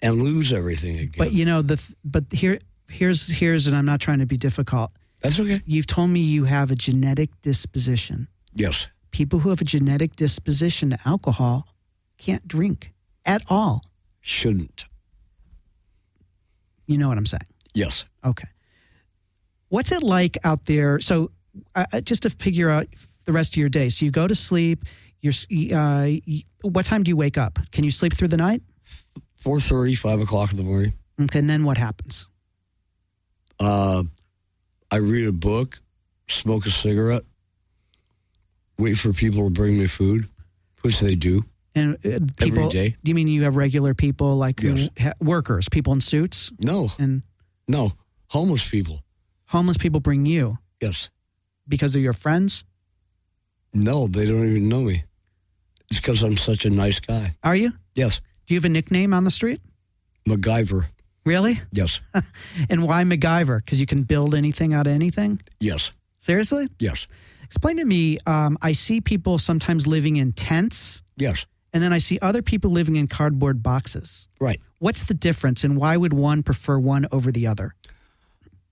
[SPEAKER 2] and lose everything again.
[SPEAKER 1] but you know the th- but here here's here's and i'm not trying to be difficult
[SPEAKER 2] That's okay.
[SPEAKER 1] you've told me you have a genetic disposition
[SPEAKER 2] Yes.
[SPEAKER 1] people who have a genetic disposition to alcohol can't drink at all
[SPEAKER 2] Shouldn't.
[SPEAKER 1] you know what i'm saying
[SPEAKER 2] Yes.
[SPEAKER 1] okay what's it like out there so I I- just to figure out the rest of your day so you go to sleep you're s- y- uh, y- what time do you wake up can you sleep through the night
[SPEAKER 2] 4.30, 5 o'clock in the morning.
[SPEAKER 1] okay, and then what happens
[SPEAKER 2] Uh, I read a book, smoke a cigarette, wait for people to bring me food, which they do.
[SPEAKER 1] And uh, people,
[SPEAKER 2] day.
[SPEAKER 1] do you mean you have regular people like who
[SPEAKER 2] Yes.
[SPEAKER 1] ha- workers, people in suits,
[SPEAKER 2] No,
[SPEAKER 1] and
[SPEAKER 2] No, homeless people.
[SPEAKER 1] homeless people bring you
[SPEAKER 2] Yes.
[SPEAKER 1] because they're your friends?
[SPEAKER 2] No, they don't even know me. It's because I'm such a nice guy.
[SPEAKER 1] Are you?
[SPEAKER 2] Yes.
[SPEAKER 1] Do you have a nickname on the street?
[SPEAKER 2] MacGyver.
[SPEAKER 1] Really?
[SPEAKER 2] Yes.
[SPEAKER 1] And why MacGyver? Because you can build anything out of anything?
[SPEAKER 2] yes.
[SPEAKER 1] Seriously?
[SPEAKER 2] Yes.
[SPEAKER 1] Explain to me. Um, I see people sometimes living in tents,
[SPEAKER 2] Yes.
[SPEAKER 1] and then I see other people living in cardboard boxes.
[SPEAKER 2] Right.
[SPEAKER 1] What's the difference, and why would one prefer one over the other?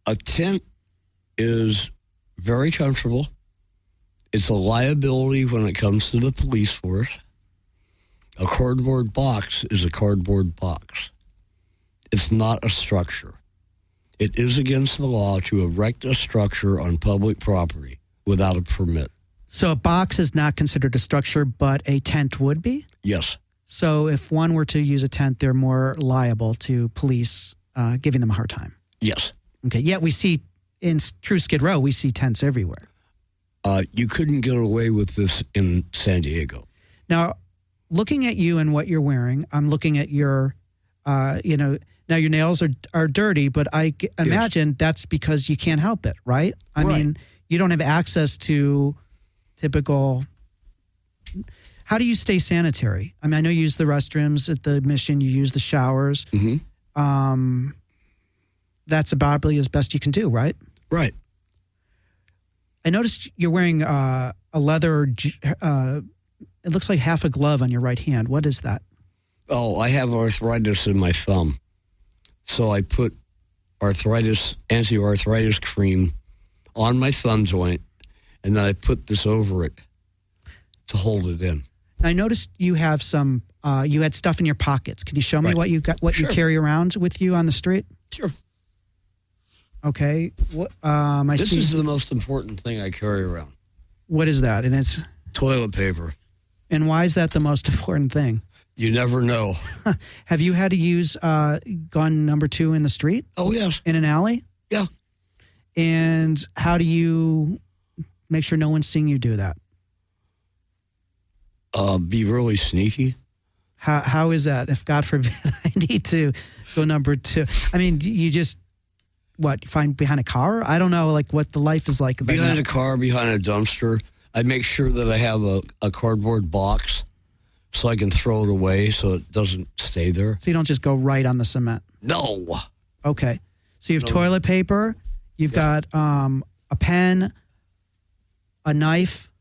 [SPEAKER 2] A tent is very comfortable. It's a liability when it comes to the police force. A cardboard box is a cardboard box. It's not a structure. It is against the law to erect a structure on public property without a permit.
[SPEAKER 1] So a box is not considered a structure, but a tent would be?
[SPEAKER 2] Yes.
[SPEAKER 1] So if one were to use a tent, they're more liable to police uh, giving them a hard time.
[SPEAKER 2] Yes.
[SPEAKER 1] Okay. Yet we see in s- true Skid Row, we see tents everywhere.
[SPEAKER 2] Uh, you couldn't get away with this in San Diego.
[SPEAKER 1] Now, looking at you and what you're wearing, I'm looking at your, uh, you know, now your nails are are dirty, but I g- imagine that's because you can't help it, right? I
[SPEAKER 2] Right.
[SPEAKER 1] mean, you don't have access to typical. How do you stay sanitary? I mean, I know you use the restrooms at the mission, you use the showers.
[SPEAKER 2] Mm-hmm.
[SPEAKER 1] Um, that's probably as best you can do, right?
[SPEAKER 2] Right.
[SPEAKER 1] I noticed you're wearing uh, a leather. j- Uh, it looks like half a glove on your right hand. What is that?
[SPEAKER 2] Oh, I have arthritis in my thumb. So I put arthritis, anti arthritis cream on my thumb joint, and then I put this over it to hold it in.
[SPEAKER 1] I noticed you have some. Uh, you had stuff in your pockets. Can you show me
[SPEAKER 2] Right.
[SPEAKER 1] what you got? What
[SPEAKER 2] Sure.
[SPEAKER 1] you carry around with you on the street?
[SPEAKER 2] Sure.
[SPEAKER 1] Okay. What? Um, I
[SPEAKER 2] This
[SPEAKER 1] see.
[SPEAKER 2] is the most important thing I carry around
[SPEAKER 1] what is that? And it's.
[SPEAKER 2] toilet paper.
[SPEAKER 1] And why is that the most important thing?
[SPEAKER 2] You never know.
[SPEAKER 1] Have you had to use uh, gun number two in the street
[SPEAKER 2] Oh, yes.
[SPEAKER 1] in an alley?
[SPEAKER 2] Yeah.
[SPEAKER 1] And how do you make sure no one's seeing you do that?
[SPEAKER 2] Uh, be really sneaky.
[SPEAKER 1] How how is that? If God forbid I need to go number two, I mean, do you just what find behind a car? I don't know, like what the life is like.
[SPEAKER 2] Behind a car, behind a dumpster. I make sure that I have a, a cardboard box so I can throw it away so it doesn't stay there.
[SPEAKER 1] so you don't just go right on the cement.
[SPEAKER 2] No.
[SPEAKER 1] Okay, so you have
[SPEAKER 2] No.
[SPEAKER 1] toilet paper, you've got um, a pen, a knife,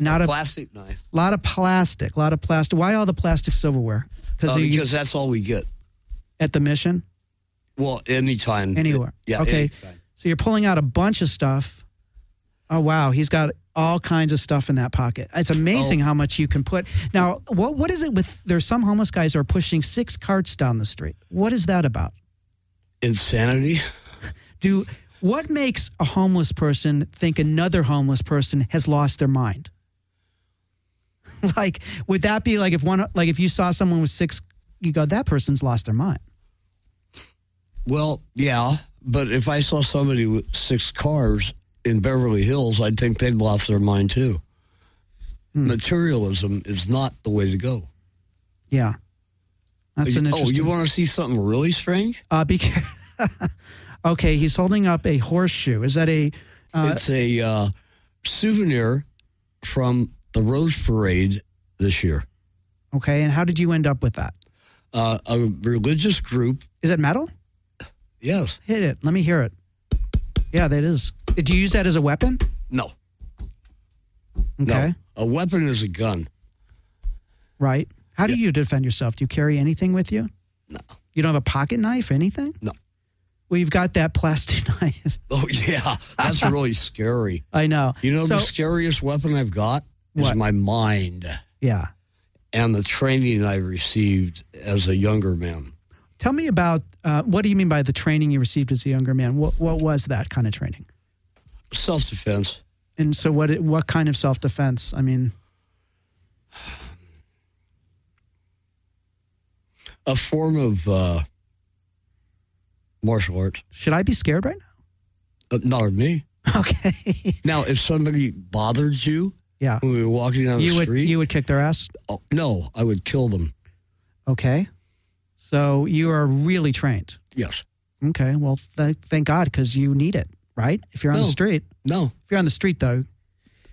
[SPEAKER 1] not a,
[SPEAKER 2] plastic knife.
[SPEAKER 1] lot of plastic, lot of plastic. Why all the plastic silverware?
[SPEAKER 2] Uh,
[SPEAKER 1] you-
[SPEAKER 2] because that's all we get.
[SPEAKER 1] at the mission.
[SPEAKER 2] Well, anytime.
[SPEAKER 1] Anywhere.
[SPEAKER 2] Yeah.
[SPEAKER 1] Okay.
[SPEAKER 2] anytime.
[SPEAKER 1] So you're pulling out a bunch of stuff. Oh wow, he's got all kinds of stuff in that pocket. It's
[SPEAKER 2] Oh.
[SPEAKER 1] amazing how much you can put. Now, what what is it with there's some homeless guys who are pushing six carts down the street. What is that about?
[SPEAKER 2] Insanity.
[SPEAKER 1] Do what makes a homeless person think another homeless person has lost their mind? like would that be like if one like if you saw someone with six you go that person's lost their mind.
[SPEAKER 2] Well, yeah. But if I saw somebody with six cars in Beverly Hills, I'd think they'd lost their mind too.
[SPEAKER 1] Hmm.
[SPEAKER 2] Materialism is not the way to go.
[SPEAKER 1] Yeah. That's an
[SPEAKER 2] You- oh,
[SPEAKER 1] interesting
[SPEAKER 2] you want to see something really strange?
[SPEAKER 1] Uh, beca- okay, he's holding up a horseshoe. Is that a? Uh,
[SPEAKER 2] it's a uh, souvenir from the Rose Parade this year.
[SPEAKER 1] okay, and how did you end up with that?
[SPEAKER 2] Uh, a religious group.
[SPEAKER 1] Is it metal?
[SPEAKER 2] Yes.
[SPEAKER 1] Hit it. Let me hear it. Yeah, that is. Do you use that as a weapon?
[SPEAKER 2] No. No.
[SPEAKER 1] Okay.
[SPEAKER 2] A weapon is a gun.
[SPEAKER 1] Right. How do you defend yourself? Do you carry anything with you?
[SPEAKER 2] No.
[SPEAKER 1] You don't have a pocket knife, anything?
[SPEAKER 2] No.
[SPEAKER 1] Well, you've got that plastic knife.
[SPEAKER 2] Oh yeah, that's really scary.
[SPEAKER 1] I know.
[SPEAKER 2] You know
[SPEAKER 1] so,
[SPEAKER 2] the scariest weapon I've got is
[SPEAKER 1] What?
[SPEAKER 2] my mind
[SPEAKER 1] yeah.
[SPEAKER 2] and the training I received as a younger man.
[SPEAKER 1] Tell me about uh, what do you mean by the training you received as a younger man? What what was that kind of training?
[SPEAKER 2] Self defense.
[SPEAKER 1] And so, what what kind of self defense? I mean,
[SPEAKER 2] A form of uh, martial arts.
[SPEAKER 1] should I be scared right now?
[SPEAKER 2] Uh, not of me.
[SPEAKER 1] Okay.
[SPEAKER 2] Now, if somebody bothered you
[SPEAKER 1] Yeah.
[SPEAKER 2] when we were walking down
[SPEAKER 1] You
[SPEAKER 2] the
[SPEAKER 1] would
[SPEAKER 2] street,
[SPEAKER 1] you would kick their ass.
[SPEAKER 2] oh, no, I would kill them.
[SPEAKER 1] Okay. So you are really trained.
[SPEAKER 2] Yes.
[SPEAKER 1] Okay. Well, th- thank God because you need it, right? If you're on the
[SPEAKER 2] No.
[SPEAKER 1] street,
[SPEAKER 2] No,
[SPEAKER 1] if you're on the street though,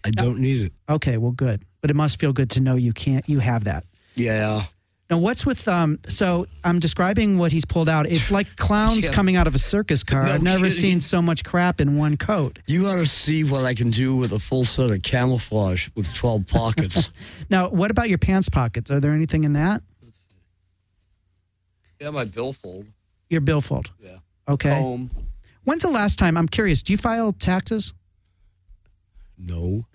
[SPEAKER 2] I don't need it.
[SPEAKER 1] okay, well, good. But it must feel good to know you can't. You have that.
[SPEAKER 2] Yeah.
[SPEAKER 1] Now, what's with um? So I'm describing what he's pulled out. It's like clowns
[SPEAKER 2] Yeah.
[SPEAKER 1] coming out of a circus car.
[SPEAKER 2] No
[SPEAKER 1] I've never
[SPEAKER 2] kidding.
[SPEAKER 1] seen so much crap in one coat.
[SPEAKER 2] You ought to see what I can do with a full set of camouflage with 12 pockets.
[SPEAKER 1] Now, what about your pants pockets? Are there anything in that?
[SPEAKER 2] yeah, my billfold.
[SPEAKER 1] Your billfold.
[SPEAKER 2] Yeah.
[SPEAKER 1] Okay.
[SPEAKER 2] Home.
[SPEAKER 1] When's the last time? I'm curious. Do you file taxes?
[SPEAKER 2] No.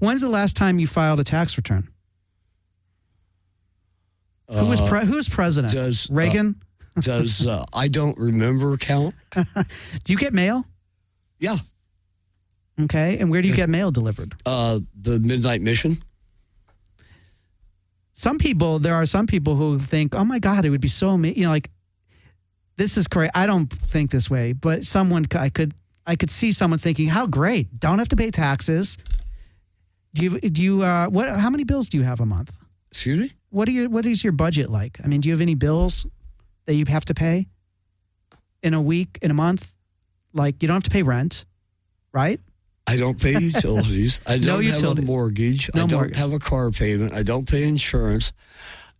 [SPEAKER 1] When's the last time you filed a tax return? Who was pre- who was president?
[SPEAKER 2] Uh, does, uh,
[SPEAKER 1] Reagan?
[SPEAKER 2] Does uh, I don't remember count?
[SPEAKER 1] do you get mail?
[SPEAKER 2] Yeah.
[SPEAKER 1] Okay, and where do you get mail delivered?
[SPEAKER 2] Uh, the Midnight Mission.
[SPEAKER 1] Some people, there are some people who think, "Oh my God, it would be so amazing." You know, like this is correct. I don't think this way, but someone c- I could I could see someone thinking, "How great! Don't have to pay taxes." Do you do you uh, what? How many bills do you have a month?
[SPEAKER 2] Excuse me?
[SPEAKER 1] What are your what is your budget like? I mean, do you have any bills that you have to pay in a week, in a month? Like you don't have to pay rent, right?
[SPEAKER 2] I don't pay utilities. I
[SPEAKER 1] No
[SPEAKER 2] don't have
[SPEAKER 1] utilities.
[SPEAKER 2] a mortgage.
[SPEAKER 1] No
[SPEAKER 2] I don't
[SPEAKER 1] mortgage.
[SPEAKER 2] have a car payment. I don't pay insurance.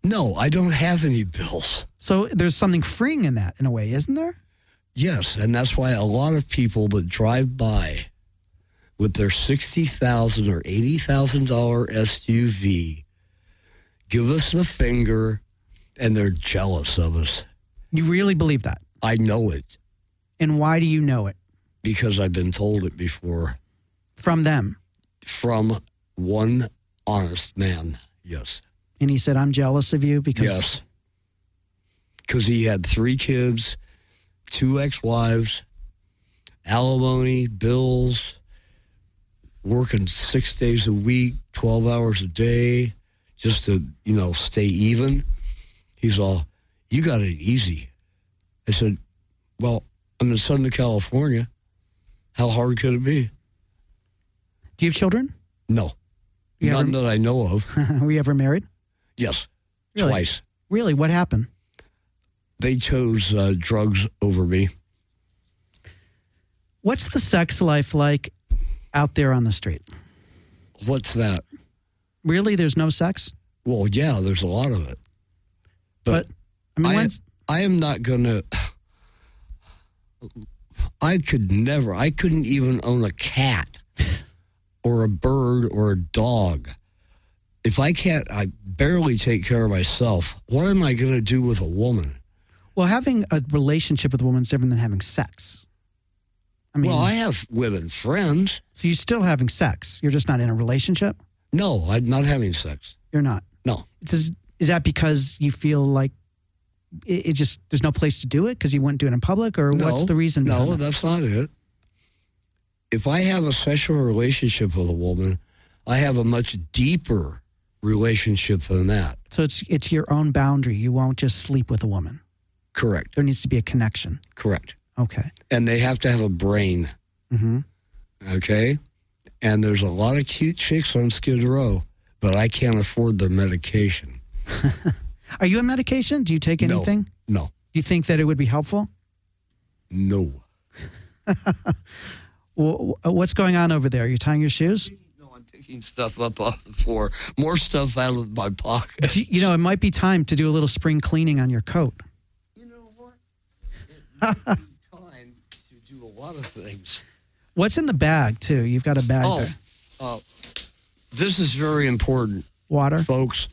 [SPEAKER 2] No, I don't have any bills.
[SPEAKER 1] So there's something freeing in that, in a way, isn't there?
[SPEAKER 2] Yes, and that's why a lot of people that drive by with their sixty thousand or eighty thousand dollar SUV give us the finger, and they're jealous of us.
[SPEAKER 1] You really believe that,
[SPEAKER 2] I know it
[SPEAKER 1] and why do you know it
[SPEAKER 2] because I've been told it before
[SPEAKER 1] from them?
[SPEAKER 2] from one honest man. Yes.
[SPEAKER 1] And he said, "I'm jealous of you because
[SPEAKER 2] Yes. Because he had three kids, two ex wives, alimony, bills, working six days a week, 12 hours a day, just to, you know, stay even. He's all, you got it easy. I said, well, I'm in Southern California. How hard could it be?
[SPEAKER 1] do you have children?
[SPEAKER 2] No.
[SPEAKER 1] You
[SPEAKER 2] None that I know of.
[SPEAKER 1] Were you ever married?
[SPEAKER 2] Yes.
[SPEAKER 1] Really?
[SPEAKER 2] Twice.
[SPEAKER 1] Really? What happened?
[SPEAKER 2] They chose uh, drugs over me.
[SPEAKER 1] What's the sex life like out there on the street?
[SPEAKER 2] What's that?
[SPEAKER 1] Really, there's no sex.
[SPEAKER 2] Well, yeah, there's a lot of it.
[SPEAKER 1] But, I mean,
[SPEAKER 2] I-
[SPEAKER 1] when's,
[SPEAKER 2] I am not going to. I could never. I couldn't even own a cat or a bird or a dog. If I can't, I barely take care of myself. What am I going to do with a woman?
[SPEAKER 1] well, having a relationship with a woman is different than having sex. I mean,
[SPEAKER 2] well, I have women friends.
[SPEAKER 1] so you're still having sex. You're just not in a relationship.
[SPEAKER 2] No, I'm not having sex.
[SPEAKER 1] You're not.
[SPEAKER 2] No.
[SPEAKER 1] It's just, is that because you feel like it, it just there's no place to do it because you wouldn't do it in public, or
[SPEAKER 2] no,
[SPEAKER 1] what's the reason? behind
[SPEAKER 2] No,
[SPEAKER 1] that?
[SPEAKER 2] that's not it. If I have a sexual relationship with a woman, I have a much deeper relationship than that.
[SPEAKER 1] so it's it's your own boundary. You won't just sleep with a woman.
[SPEAKER 2] Correct.
[SPEAKER 1] There needs to be a connection.
[SPEAKER 2] Correct.
[SPEAKER 1] Okay.
[SPEAKER 2] And they have to have a brain,
[SPEAKER 1] Mm-hmm.
[SPEAKER 2] okay? And there's a lot of cute chicks on Skid Row, but I can't afford the medication.
[SPEAKER 1] Are you on medication? Do you take
[SPEAKER 2] No.
[SPEAKER 1] anything?
[SPEAKER 2] No,
[SPEAKER 1] Do you think that it would be helpful?
[SPEAKER 2] no.
[SPEAKER 1] Wh- wh- What's going on over there? Are you tying your shoes?
[SPEAKER 2] No, I'm picking stuff up off the floor. More stuff out of my pocket.
[SPEAKER 1] Do You you know, it might be time to do a little spring cleaning on your coat.
[SPEAKER 2] You know what? It may be time to do a lot of things.
[SPEAKER 1] What's in the bag, too? You've got a bag
[SPEAKER 2] Oh,
[SPEAKER 1] there.
[SPEAKER 2] uh, this is very important,
[SPEAKER 1] Water.
[SPEAKER 2] folks.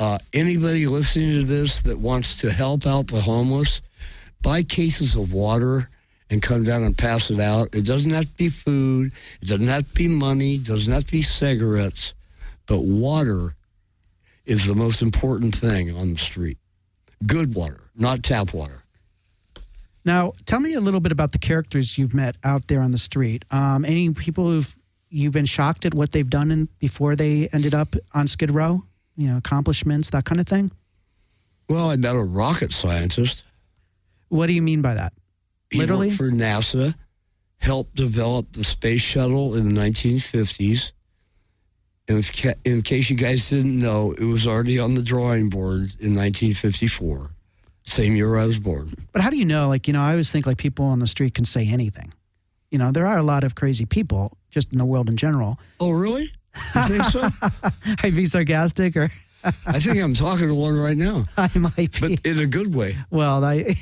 [SPEAKER 2] Uh, anybody listening to this that wants to help out the homeless, buy cases of water and come down and pass it out. It doesn't have to be food. It doesn't have to be money. It doesn't have to be cigarettes. But water is the most important thing on the street. Good water, not tap water.
[SPEAKER 1] Now, tell me a little bit about the characters you've met out there on the street. Um, any people who've you've been shocked at what they've done in, before they ended up on Skid Row? You know, accomplishments, that kind of thing.
[SPEAKER 2] Well, I met a rocket scientist.
[SPEAKER 1] What do you mean by that?
[SPEAKER 2] He
[SPEAKER 1] Literally?
[SPEAKER 2] worked for NASA, helped develop the space shuttle in the 1950s. And if ca- in case you guys didn't know, it was already on the drawing board in 1954, same year I was born.
[SPEAKER 1] But how do you know? Like, you know, I always think like people on the street can say anything. You know, there are a lot of crazy people just in the world in general.
[SPEAKER 2] Oh, really? You think so?
[SPEAKER 1] I'd be sarcastic or
[SPEAKER 2] I think I'm talking to one right now,
[SPEAKER 1] I might
[SPEAKER 2] but
[SPEAKER 1] be.
[SPEAKER 2] in a good way.
[SPEAKER 1] well, I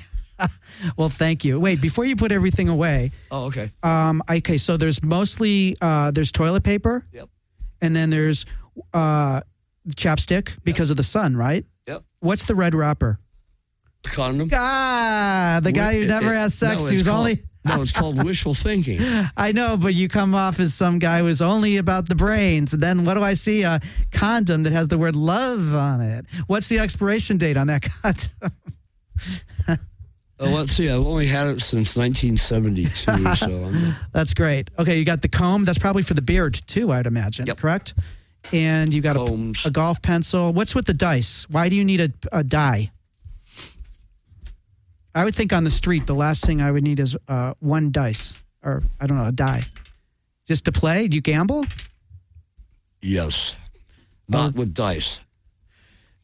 [SPEAKER 1] well, thank you. Wait, before you put everything away,
[SPEAKER 2] Oh, okay.
[SPEAKER 1] um, okay. So there's mostly uh, there's toilet paper.
[SPEAKER 2] Yep.
[SPEAKER 1] And then there's uh, chapstick because of the sun, right?
[SPEAKER 2] Yep.
[SPEAKER 1] What's the red wrapper?
[SPEAKER 2] Condom.
[SPEAKER 1] Ah, the guy who
[SPEAKER 2] It-
[SPEAKER 1] never
[SPEAKER 2] it-
[SPEAKER 1] has sex.
[SPEAKER 2] no,
[SPEAKER 1] he
[SPEAKER 2] it's
[SPEAKER 1] was
[SPEAKER 2] called-
[SPEAKER 1] only.
[SPEAKER 2] No, it's called wishful thinking. Uh,
[SPEAKER 1] I know, but you come off as some guy who's only about the brains. And then what do I see? A condom that has the word love on it. What's the expiration date on that condom?
[SPEAKER 2] Uh, let's see. I've only had it since 1972, so I'm,
[SPEAKER 1] That's great. Okay, you got the comb. That's probably for the beard too, I'd imagine.
[SPEAKER 2] Yep.
[SPEAKER 1] Correct. And you got a,
[SPEAKER 2] Combs.
[SPEAKER 1] a golf pencil. What's with the dice? Why do you need a, a die? I would think on the street, the last thing I would need is uh, one dice or I don't know, die? Just to play? Do you gamble?
[SPEAKER 2] Yes. Not
[SPEAKER 1] Oh.
[SPEAKER 2] with dice.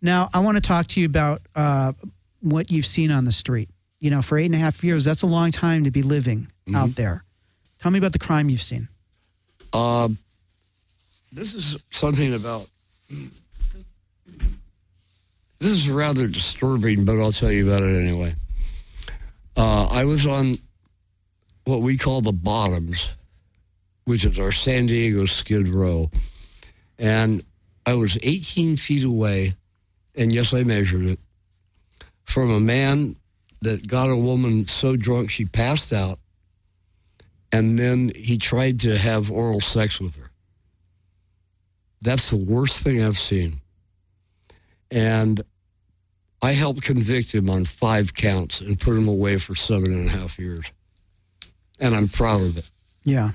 [SPEAKER 1] Now, I want to talk to you about uh, what you've seen on the street. You know, for eight and a half years, that's a long time to be living out there. Tell me about the crime you've seen.
[SPEAKER 2] Um, this is something about. This is rather disturbing, but I'll tell you about it anyway. Uh, I was on what we call the bottoms, which is our San Diego Skid Row. And I was 18 feet away, and yes, I measured it, from a man that got a woman so drunk she passed out and then he tried to have oral sex with her. That's the worst thing I've seen. And I helped convict him on five counts and put him away for seven and a half years. And I'm proud of it.
[SPEAKER 1] Yeah.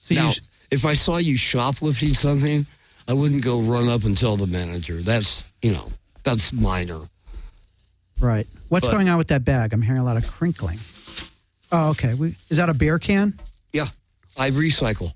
[SPEAKER 1] So you
[SPEAKER 2] now,
[SPEAKER 1] s-
[SPEAKER 2] if I saw you shoplifting something, I wouldn't go run up and tell the manager. That's, you know, that's minor.
[SPEAKER 1] right. What's
[SPEAKER 2] but-
[SPEAKER 1] going on with that bag? I'm hearing a lot of crinkling. Oh, okay. We, is that a beer can?
[SPEAKER 2] Yeah, I recycle.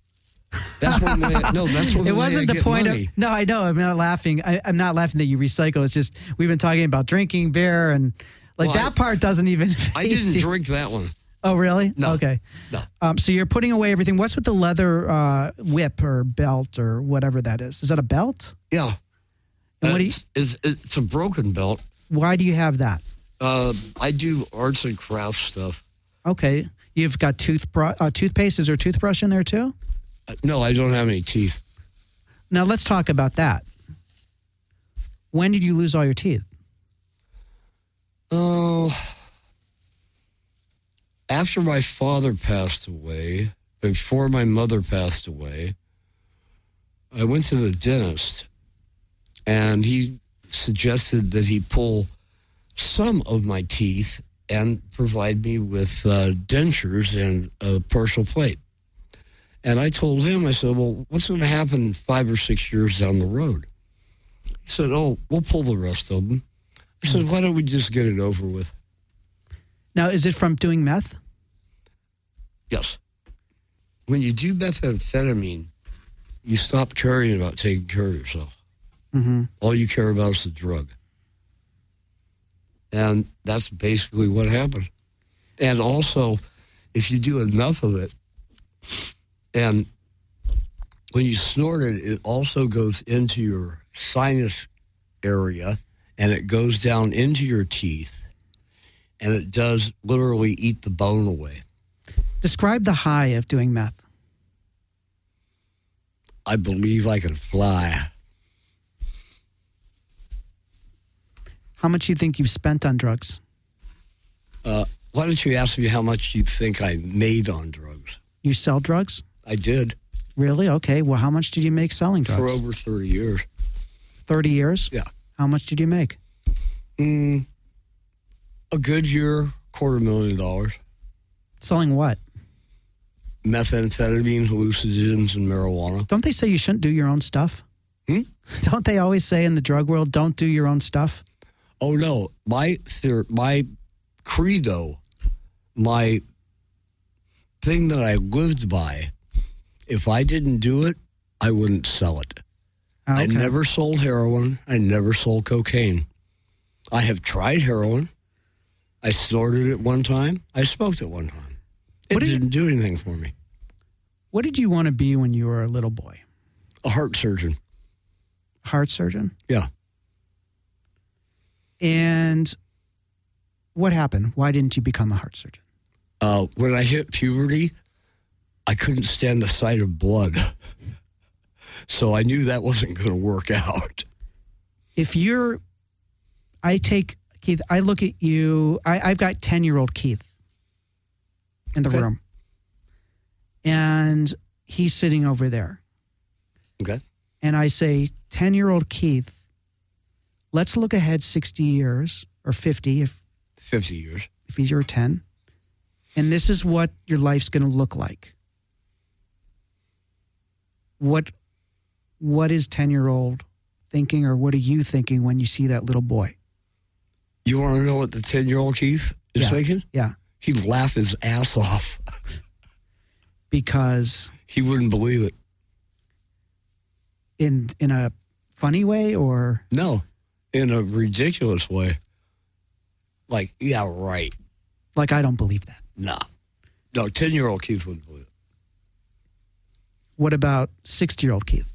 [SPEAKER 2] That's one way. no, that's one way.
[SPEAKER 1] It
[SPEAKER 2] I
[SPEAKER 1] wasn't the
[SPEAKER 2] get
[SPEAKER 1] point
[SPEAKER 2] money.
[SPEAKER 1] of. No, I know. I'm not laughing. I, I'm not laughing that you recycle. It's just we've been talking about drinking beer and like
[SPEAKER 2] Well, I-
[SPEAKER 1] that part doesn't even.
[SPEAKER 2] I
[SPEAKER 1] phase
[SPEAKER 2] didn't
[SPEAKER 1] you.
[SPEAKER 2] drink that one.
[SPEAKER 1] Oh, really?
[SPEAKER 2] No.
[SPEAKER 1] Okay.
[SPEAKER 2] No.
[SPEAKER 1] Um, so you're putting away everything. What's with the leather uh, whip or belt or whatever that is? Is that a belt?
[SPEAKER 2] Yeah.
[SPEAKER 1] And what do you-
[SPEAKER 2] it's, it's, it's a broken belt.
[SPEAKER 1] Why do you have that?
[SPEAKER 2] Uh, I do arts and crafts stuff.
[SPEAKER 1] Okay. You've got toothbrush, uh, toothpaste. Is there a toothbrush in there too?
[SPEAKER 2] Uh, No, I don't have any teeth.
[SPEAKER 1] Now let's talk about that. When did you lose all your teeth?
[SPEAKER 2] Oh. after my father passed away, before my mother passed away, I went to the dentist and he suggested that he pull some of my teeth and provide me with uh, dentures and a partial plate. And I told him, I said, well, what's going to happen five or six years down the road? He said, oh, we'll pull the rest of them. I said, why don't we just get it over with?
[SPEAKER 1] Now is it from doing meth?
[SPEAKER 2] Yes. When you do methamphetamine, you stop caring about taking care of yourself.
[SPEAKER 1] Mm-hmm.
[SPEAKER 2] All you care about is the drug. And that's basically what happened. And also, if you do enough of it, and when you snort it, it also goes into your sinus area and it goes down into your teeth and it does literally eat the bone away.
[SPEAKER 1] Describe the high of doing meth.
[SPEAKER 2] I believe I can fly.
[SPEAKER 1] How much do you think you've spent on drugs?
[SPEAKER 2] Uh, why don't you ask me how much you think I made on drugs?
[SPEAKER 1] You sell drugs?
[SPEAKER 2] I did
[SPEAKER 1] Really? Okay. Well, how much did you make selling drugs?
[SPEAKER 2] for over 30 years.
[SPEAKER 1] 30 years?
[SPEAKER 2] Yeah.
[SPEAKER 1] How much did you make?
[SPEAKER 2] Mm, a good year, quarter million dollars.
[SPEAKER 1] Selling what?
[SPEAKER 2] Methamphetamine, hallucinogens, and marijuana.
[SPEAKER 1] Don't they say you shouldn't do your own stuff?
[SPEAKER 2] Hmm?
[SPEAKER 1] Don't they always say in the drug world, don't do your own stuff?
[SPEAKER 2] Oh, no. My, ther- my credo, my thing that I lived by, if I didn't do it, I wouldn't sell it.
[SPEAKER 1] Oh, Ah, Okay.
[SPEAKER 2] I never sold heroin. I never sold cocaine. I have tried heroin. I snorted it one time. I smoked it one time. It
[SPEAKER 1] What do you-
[SPEAKER 2] didn't do anything for me.
[SPEAKER 1] What did you want to be when you were a little boy?
[SPEAKER 2] A heart surgeon.
[SPEAKER 1] Heart surgeon?
[SPEAKER 2] Yeah.
[SPEAKER 1] And what happened? Why didn't you become a heart surgeon?
[SPEAKER 2] Uh, when I hit puberty, I couldn't stand the sight of blood. so I knew that wasn't going to work out.
[SPEAKER 1] If you're, I take, Keith, I look at you, I, I've got 10 year old Keith in the
[SPEAKER 2] Okay.
[SPEAKER 1] room, and he's sitting over there.
[SPEAKER 2] Okay.
[SPEAKER 1] and I say, 10 year old Keith, let's look ahead 60 years or 50 if,
[SPEAKER 2] 50 years.
[SPEAKER 1] if he's your 10. And this is what your life's going to look like. What, what is 10 year old thinking, or what are you thinking when you see that little boy?
[SPEAKER 2] You want to know what the 10 year old Keith is
[SPEAKER 1] Yeah.
[SPEAKER 2] thinking?
[SPEAKER 1] Yeah.
[SPEAKER 2] He'd laugh his ass off.
[SPEAKER 1] because
[SPEAKER 2] He wouldn't believe it.
[SPEAKER 1] in in a funny way or
[SPEAKER 2] No, in a ridiculous way. Like, yeah, right.
[SPEAKER 1] like I don't believe that.
[SPEAKER 2] Nah. No, 10 year old Keith wouldn't believe it.
[SPEAKER 1] What about 60-year-old Keith?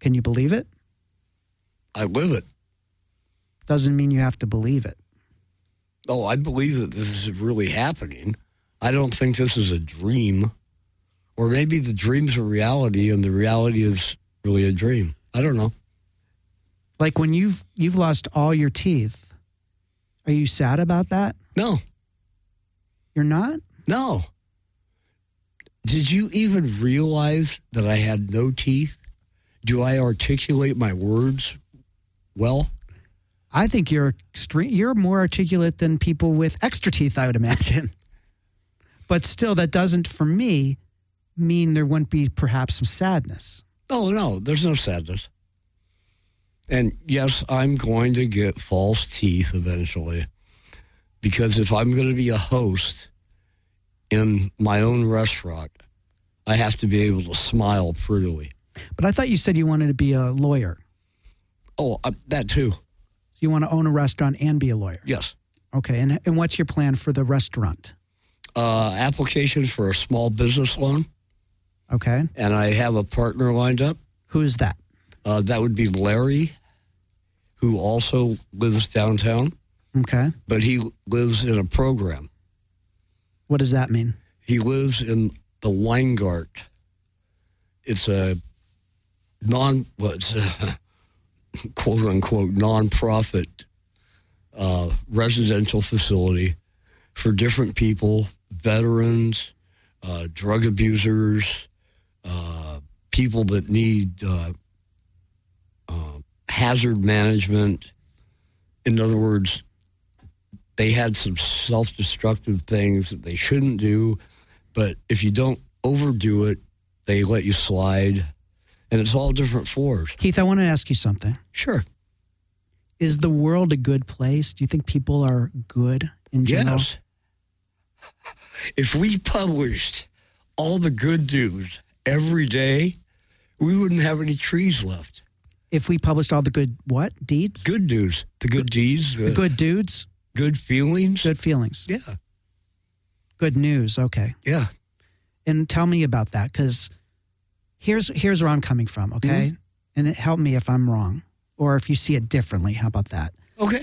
[SPEAKER 1] Can you believe it?
[SPEAKER 2] I live it.
[SPEAKER 1] Doesn't mean you have to believe it.
[SPEAKER 2] Oh, I believe that this is really happening. I don't think this is a dream. Or maybe the dream's a reality and the reality is really a dream. I don't know.
[SPEAKER 1] Like when you've you've lost all your teeth, are you sad about that?
[SPEAKER 2] No,
[SPEAKER 1] You're not?
[SPEAKER 2] no. Did you even realize that I had no teeth? Do I articulate my words well?
[SPEAKER 1] I think you're extreme, you're more articulate than people with extra teeth, I would imagine. But still, that doesn't, for me, mean there wouldn't be perhaps some sadness.
[SPEAKER 2] No, no, there's no sadness. And yes, I'm going to get false teeth eventually. Because if I'm going to be a host in my own restaurant, I have to be able to smile prettily.
[SPEAKER 1] But I thought you said you wanted to be a lawyer.
[SPEAKER 2] Oh, uh, that too.
[SPEAKER 1] So you want to own a restaurant and be a lawyer.
[SPEAKER 2] Yes.
[SPEAKER 1] Okay. And, and what's your plan for the restaurant?
[SPEAKER 2] Uh, application for a small business loan,
[SPEAKER 1] Okay.
[SPEAKER 2] and I have a partner lined up.
[SPEAKER 1] Who is that?
[SPEAKER 2] Uh, that would be Larry, who also lives downtown,
[SPEAKER 1] Okay.
[SPEAKER 2] but he lives in a program.
[SPEAKER 1] What does that mean?
[SPEAKER 2] He lives in the Weingart. It's a non, well, it's a quote unquote nonprofit uh, residential facility for different people, veterans, uh, drug abusers, uh, people that need uh, uh, hazard management. In other words, they had some self destructive things that they shouldn't do. But if you don't overdo it, they let you slide. And it's all different floors.
[SPEAKER 1] Keith, I want to ask you something.
[SPEAKER 2] Sure.
[SPEAKER 1] Is the world a good place? Do you think people are good in general?
[SPEAKER 2] Yes. If we published all the good news every day, we wouldn't have any trees left.
[SPEAKER 1] If we published all the good what? Deeds?
[SPEAKER 2] Good news, the good deeds, the
[SPEAKER 1] The
[SPEAKER 2] good,
[SPEAKER 1] good dudes?
[SPEAKER 2] feelings.
[SPEAKER 1] Good feelings.
[SPEAKER 2] Yeah.
[SPEAKER 1] Good news. Okay.
[SPEAKER 2] Yeah.
[SPEAKER 1] And tell me about that because here's here's where I'm coming from, okay?
[SPEAKER 2] Mm-hmm.
[SPEAKER 1] And it help me if I'm wrong or if you see it differently. How about that?
[SPEAKER 2] Okay.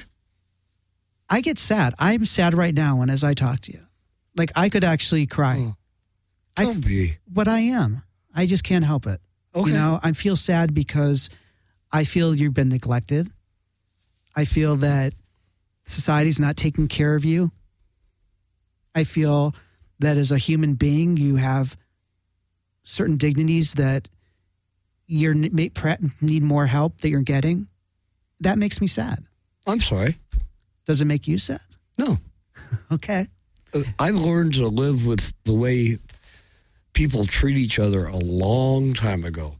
[SPEAKER 1] I get sad. I'm sad right now when as I talk to you. Like I could actually cry.
[SPEAKER 2] Oh.
[SPEAKER 1] I
[SPEAKER 2] Don't be.
[SPEAKER 1] but I am. I just can't help it.
[SPEAKER 2] Okay.
[SPEAKER 1] You know, I feel sad because I feel you've been neglected. I feel that society's not taking care of you. I feel that as a human being, you have certain dignities that you're may- pre- need more help that you're getting. That makes me sad.
[SPEAKER 2] I'm sorry.
[SPEAKER 1] Does it make you sad?
[SPEAKER 2] No.
[SPEAKER 1] Okay.
[SPEAKER 2] Uh, I've learned to live with the way people treat each other a long time ago.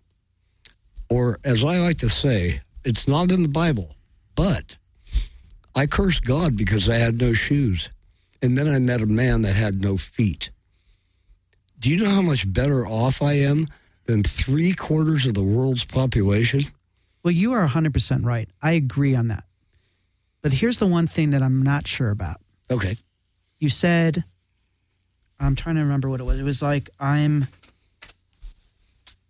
[SPEAKER 2] Or, as I like to say, it's not in the Bible, but I cursed God because I had no shoes. And then I met a man that had no feet. Do you know how much better off I am than three quarters of the world's population?
[SPEAKER 1] Well, you are 100% right. I agree on that. But here's the one thing that I'm not sure about.
[SPEAKER 2] Okay.
[SPEAKER 1] you said i'm trying to remember what it was it was like i'm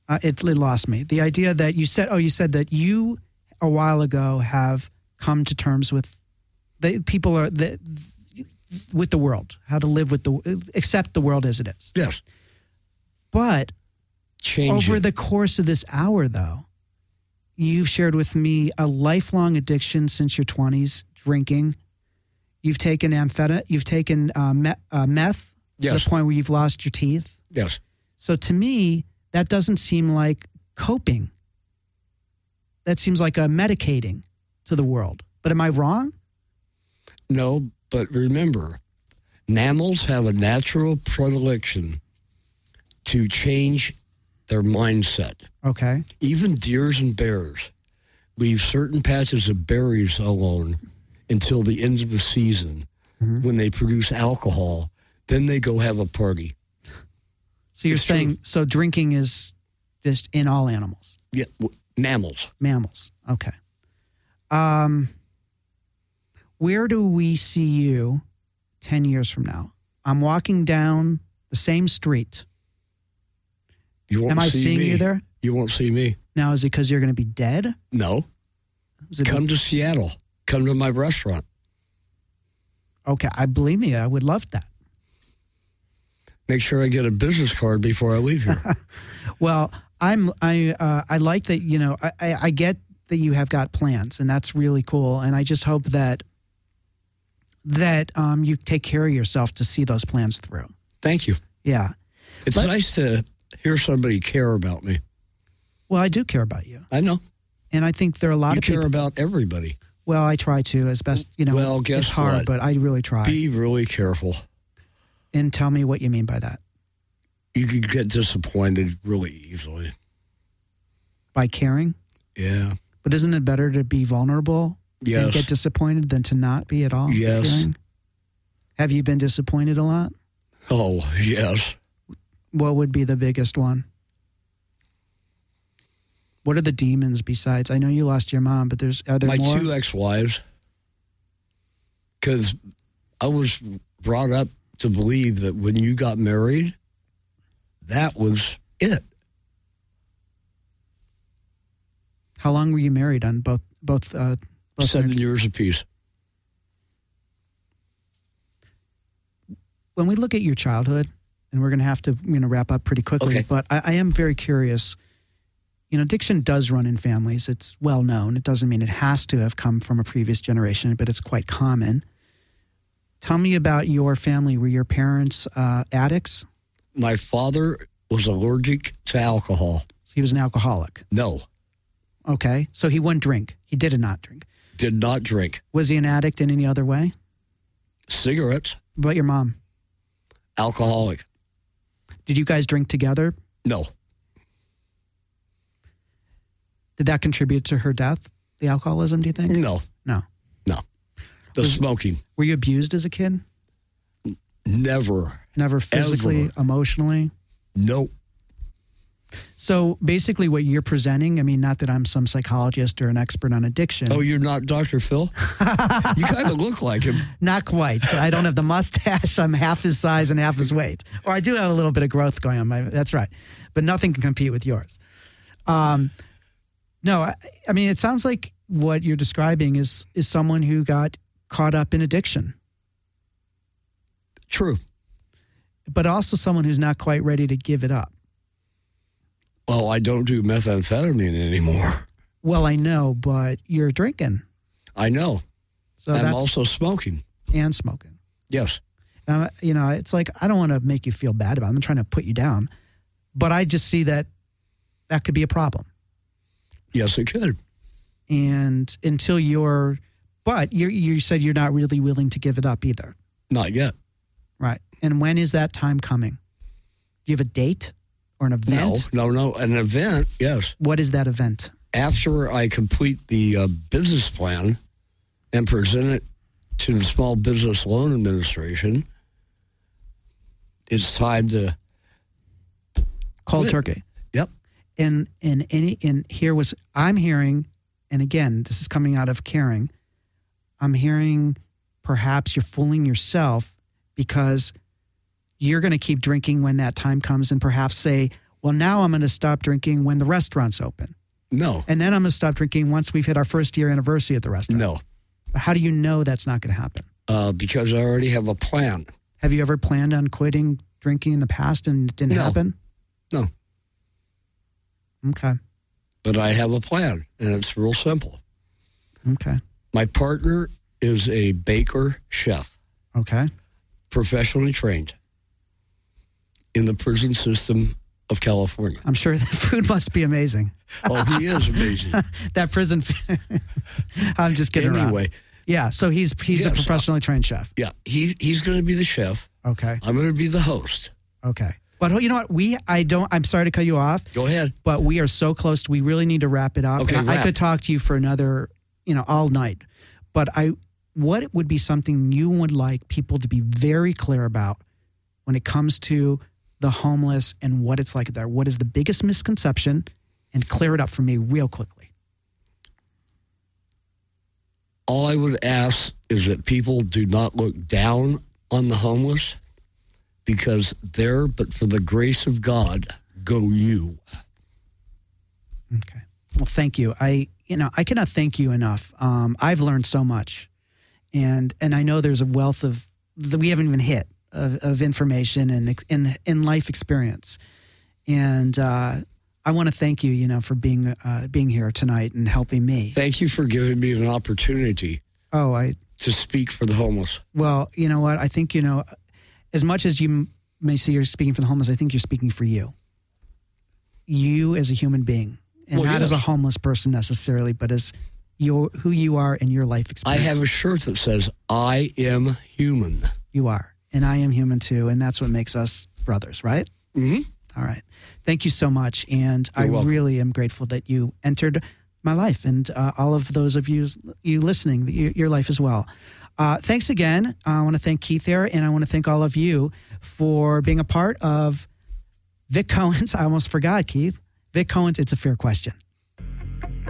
[SPEAKER 1] uh, it, it lost me the idea that you said oh you said that you a while ago have come to terms with the people are the with the world how to live with the accept the world as it is
[SPEAKER 2] Yes.
[SPEAKER 1] but
[SPEAKER 2] Change.
[SPEAKER 1] over
[SPEAKER 2] it.
[SPEAKER 1] the course of this hour though you've shared with me a lifelong addiction since your 20s drinking you've taken amphetamine you've taken uh, me- uh, meth to
[SPEAKER 2] Yes.
[SPEAKER 1] the point where you've lost your teeth
[SPEAKER 2] yes.
[SPEAKER 1] so to me that doesn't seem like coping that seems like a medicating to the world but am i wrong
[SPEAKER 2] No, but remember, mammals have a natural predilection to change their mindset.
[SPEAKER 1] okay
[SPEAKER 2] Even deers and bears leave certain patches of berries alone until the end of the
[SPEAKER 1] Mm-hmm.
[SPEAKER 2] season when they produce alcohol. Then they go have a party.
[SPEAKER 1] So you're
[SPEAKER 2] It's true.
[SPEAKER 1] saying so drinking is just in all animals,
[SPEAKER 2] Yeah, w- mammals.
[SPEAKER 1] mammals. Okay. Um, where do we see you ten years from now? I'm walking down the same street.
[SPEAKER 2] You won't
[SPEAKER 1] Am I
[SPEAKER 2] see
[SPEAKER 1] seeing
[SPEAKER 2] me.
[SPEAKER 1] you there?
[SPEAKER 2] You won't see me.
[SPEAKER 1] Now is it because you're going to be dead?
[SPEAKER 2] No.
[SPEAKER 1] Is it
[SPEAKER 2] Come to Seattle. Come to my restaurant.
[SPEAKER 1] okay? I believe me. I would love that.
[SPEAKER 2] Make sure I get a business card before I leave here.
[SPEAKER 1] Well, I'm I uh, I like that you know I, I I get that you have got plans and that's really cool and I just hope that that um, you take care of yourself to see those plans through.
[SPEAKER 2] Thank you.
[SPEAKER 1] Yeah.
[SPEAKER 2] It's
[SPEAKER 1] Let-
[SPEAKER 2] nice to hear somebody care about me.
[SPEAKER 1] Well, I do care about you,
[SPEAKER 2] I know.
[SPEAKER 1] and I think there are a lot
[SPEAKER 2] You
[SPEAKER 1] of
[SPEAKER 2] care
[SPEAKER 1] people.
[SPEAKER 2] about everybody.
[SPEAKER 1] Well, I try to as best you know.
[SPEAKER 2] Well, guess
[SPEAKER 1] it's hard,
[SPEAKER 2] what?
[SPEAKER 1] but I really try.
[SPEAKER 2] Be really careful.
[SPEAKER 1] and tell me what you mean by that.
[SPEAKER 2] You could get disappointed really easily.
[SPEAKER 1] By caring,
[SPEAKER 2] Yeah.
[SPEAKER 1] but isn't it better to be vulnerable and
[SPEAKER 2] Yes.
[SPEAKER 1] get disappointed than to not be at all?
[SPEAKER 2] Yes.
[SPEAKER 1] caring? Have you been disappointed a lot?
[SPEAKER 2] oh, yes.
[SPEAKER 1] what would be the biggest one? What are the demons besides? I know you lost your mom, but there's are there
[SPEAKER 2] my
[SPEAKER 1] more?
[SPEAKER 2] two uh, ex-wives because i was brought up to believe that when you got married that was it
[SPEAKER 1] How long were you married on both both? Uh, both
[SPEAKER 2] seven
[SPEAKER 1] marriages?
[SPEAKER 2] years apiece
[SPEAKER 1] When we look at your childhood, and we're going to have to you know wrap up pretty quickly,
[SPEAKER 2] Okay.
[SPEAKER 1] but I, I am very curious. You know, addiction does run in families. It's well known. It doesn't mean it has to have come from a previous generation, but it's quite common. Tell me about your family. Were your parents uh, addicts?
[SPEAKER 2] my father was allergic to alcohol
[SPEAKER 1] He was an alcoholic.
[SPEAKER 2] no
[SPEAKER 1] Okay. So he wouldn't drink. He did not drink.
[SPEAKER 2] did not drink
[SPEAKER 1] Was he an addict in any other way?
[SPEAKER 2] cigarettes
[SPEAKER 1] What about your mom?
[SPEAKER 2] alcoholic
[SPEAKER 1] Did you guys drink together?
[SPEAKER 2] no
[SPEAKER 1] Did that contribute to her death? The alcoholism, do you think?
[SPEAKER 2] no
[SPEAKER 1] No.
[SPEAKER 2] no the
[SPEAKER 1] Was-
[SPEAKER 2] smoking
[SPEAKER 1] Were you abused as a kid?
[SPEAKER 2] never
[SPEAKER 1] Never physically,
[SPEAKER 2] Ever.
[SPEAKER 1] emotionally?
[SPEAKER 2] no
[SPEAKER 1] So basically, what you're presenting, I mean, not that I'm some psychologist or an expert on addiction.
[SPEAKER 2] oh you're not dr phil you kind of look like him
[SPEAKER 1] Not quite. I don't have the mustache. I'm half his size and half his weight. Or I do have a little bit of growth going on. My, that's right. But nothing can compete with yours. Um, no, I, I mean, it sounds like what you're describing is is someone who got caught up in addiction,
[SPEAKER 2] true
[SPEAKER 1] but also someone who's not quite ready to give it up.
[SPEAKER 2] well i don't do methamphetamine anymore
[SPEAKER 1] Well, I know, but you're drinking,
[SPEAKER 2] i know
[SPEAKER 1] so
[SPEAKER 2] I'm
[SPEAKER 1] that's
[SPEAKER 2] also smoking.
[SPEAKER 1] and smoking.
[SPEAKER 2] Yes.
[SPEAKER 1] And I- you know, it's like I don't want to make you feel bad about. It. I'm not trying to put you down, but I just see that that could be a problem.
[SPEAKER 2] Yes, it could.
[SPEAKER 1] and until you're but you you said you're not really willing to give it up either
[SPEAKER 2] Not yet.
[SPEAKER 1] right and when is that time coming do you have a date or an event
[SPEAKER 2] No, no, no. An event, yes.
[SPEAKER 1] what is that event
[SPEAKER 2] After I complete the uh, business plan and present it to the Small Business Loan Administration, it's time to,
[SPEAKER 1] cold
[SPEAKER 2] Good.
[SPEAKER 1] turkey
[SPEAKER 2] yep,
[SPEAKER 1] and and any and here was i'm hearing and again this is coming out of caring i'm hearing perhaps you're fooling yourself because you're going to keep drinking when that time comes and perhaps say well now i'm going to stop drinking when the restaurant's open
[SPEAKER 2] no,
[SPEAKER 1] and then I'm gonna stop drinking once we've hit our first year anniversary at the restaurant.
[SPEAKER 2] no,
[SPEAKER 1] How do you know that's not gonna happen?
[SPEAKER 2] uh, because I already have a plan.
[SPEAKER 1] Have you ever planned on quitting drinking in the past and it didn't
[SPEAKER 2] No.
[SPEAKER 1] happen?
[SPEAKER 2] No,
[SPEAKER 1] Okay.
[SPEAKER 2] but I have a plan, and it's real simple.
[SPEAKER 1] Okay.
[SPEAKER 2] My partner is a baker chef,
[SPEAKER 1] Okay.
[SPEAKER 2] professionally trained in the prison system of California.
[SPEAKER 1] I'm sure that food must be amazing.
[SPEAKER 2] Oh, he is amazing.
[SPEAKER 1] That prison. I'm just kidding. around.
[SPEAKER 2] anyway,
[SPEAKER 1] Yeah. So he's he's a
[SPEAKER 2] Yes.
[SPEAKER 1] professionally trained chef.
[SPEAKER 2] yeah, he he's going to be the chef.
[SPEAKER 1] Okay.
[SPEAKER 2] I'm going to be the host.
[SPEAKER 1] Okay. But you know what? We I don't. I'm sorry to cut you off.
[SPEAKER 2] Go ahead.
[SPEAKER 1] but we are so close. We really need to wrap it up.
[SPEAKER 2] Okay,
[SPEAKER 1] And I, I
[SPEAKER 2] wrap.
[SPEAKER 1] could talk to you for another, you know, all night. But I, what would be something you would like people to be very clear about when it comes to the homeless and what it's like there. What is the biggest misconception? And clear it up for me real quickly.
[SPEAKER 2] All I would ask is that people do not look down on the homeless because there, but for the grace of God, go you.
[SPEAKER 1] Okay. Well, thank you. I, you know, I cannot thank you enough. Um, I've learned so much, and and I know there's a wealth of that we haven't even hit of, of information and in in life experience, and uh, I want to thank you, you know, for being uh, being here tonight and helping me.
[SPEAKER 2] Thank you for giving me an opportunity
[SPEAKER 1] Oh, I
[SPEAKER 2] to speak for the homeless.
[SPEAKER 1] well, you know what? I think you know, as much as you m- may say you're speaking for the homeless, I think you're speaking for you. You as a human being, and
[SPEAKER 2] Well,
[SPEAKER 1] not as a
[SPEAKER 2] yes.
[SPEAKER 1] homeless person necessarily, but as your who you are in your life
[SPEAKER 2] I
[SPEAKER 1] experience.
[SPEAKER 2] have a shirt that says, I am human.
[SPEAKER 1] you are, and I am human too, and that's what makes us brothers, right?
[SPEAKER 2] Mm-hmm.
[SPEAKER 1] All right. Thank you so much, and I
[SPEAKER 2] You're welcome.
[SPEAKER 1] really am grateful that you entered my life, and uh, all of those of you you listening, that you, your life as well. Uh, thanks again. I want to thank Keith there, and I want to thank all of you for being a part of Vic Cohen's. I almost forgot, Keith. Vic Cohen's. It's a fair question.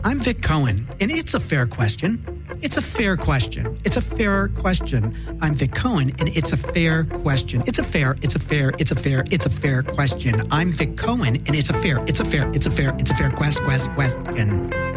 [SPEAKER 1] I'm Vic Cohen, and it's a fair question. It's a fair question. It's a fair question. I'm Vic Cohen, and it's a fair question. It's a fair, it's a fair, it's a fair, it's a fair question. I'm Vic Cohen, and it's a fair, it's a fair, it's a fair, it's a fair quest, quest, question.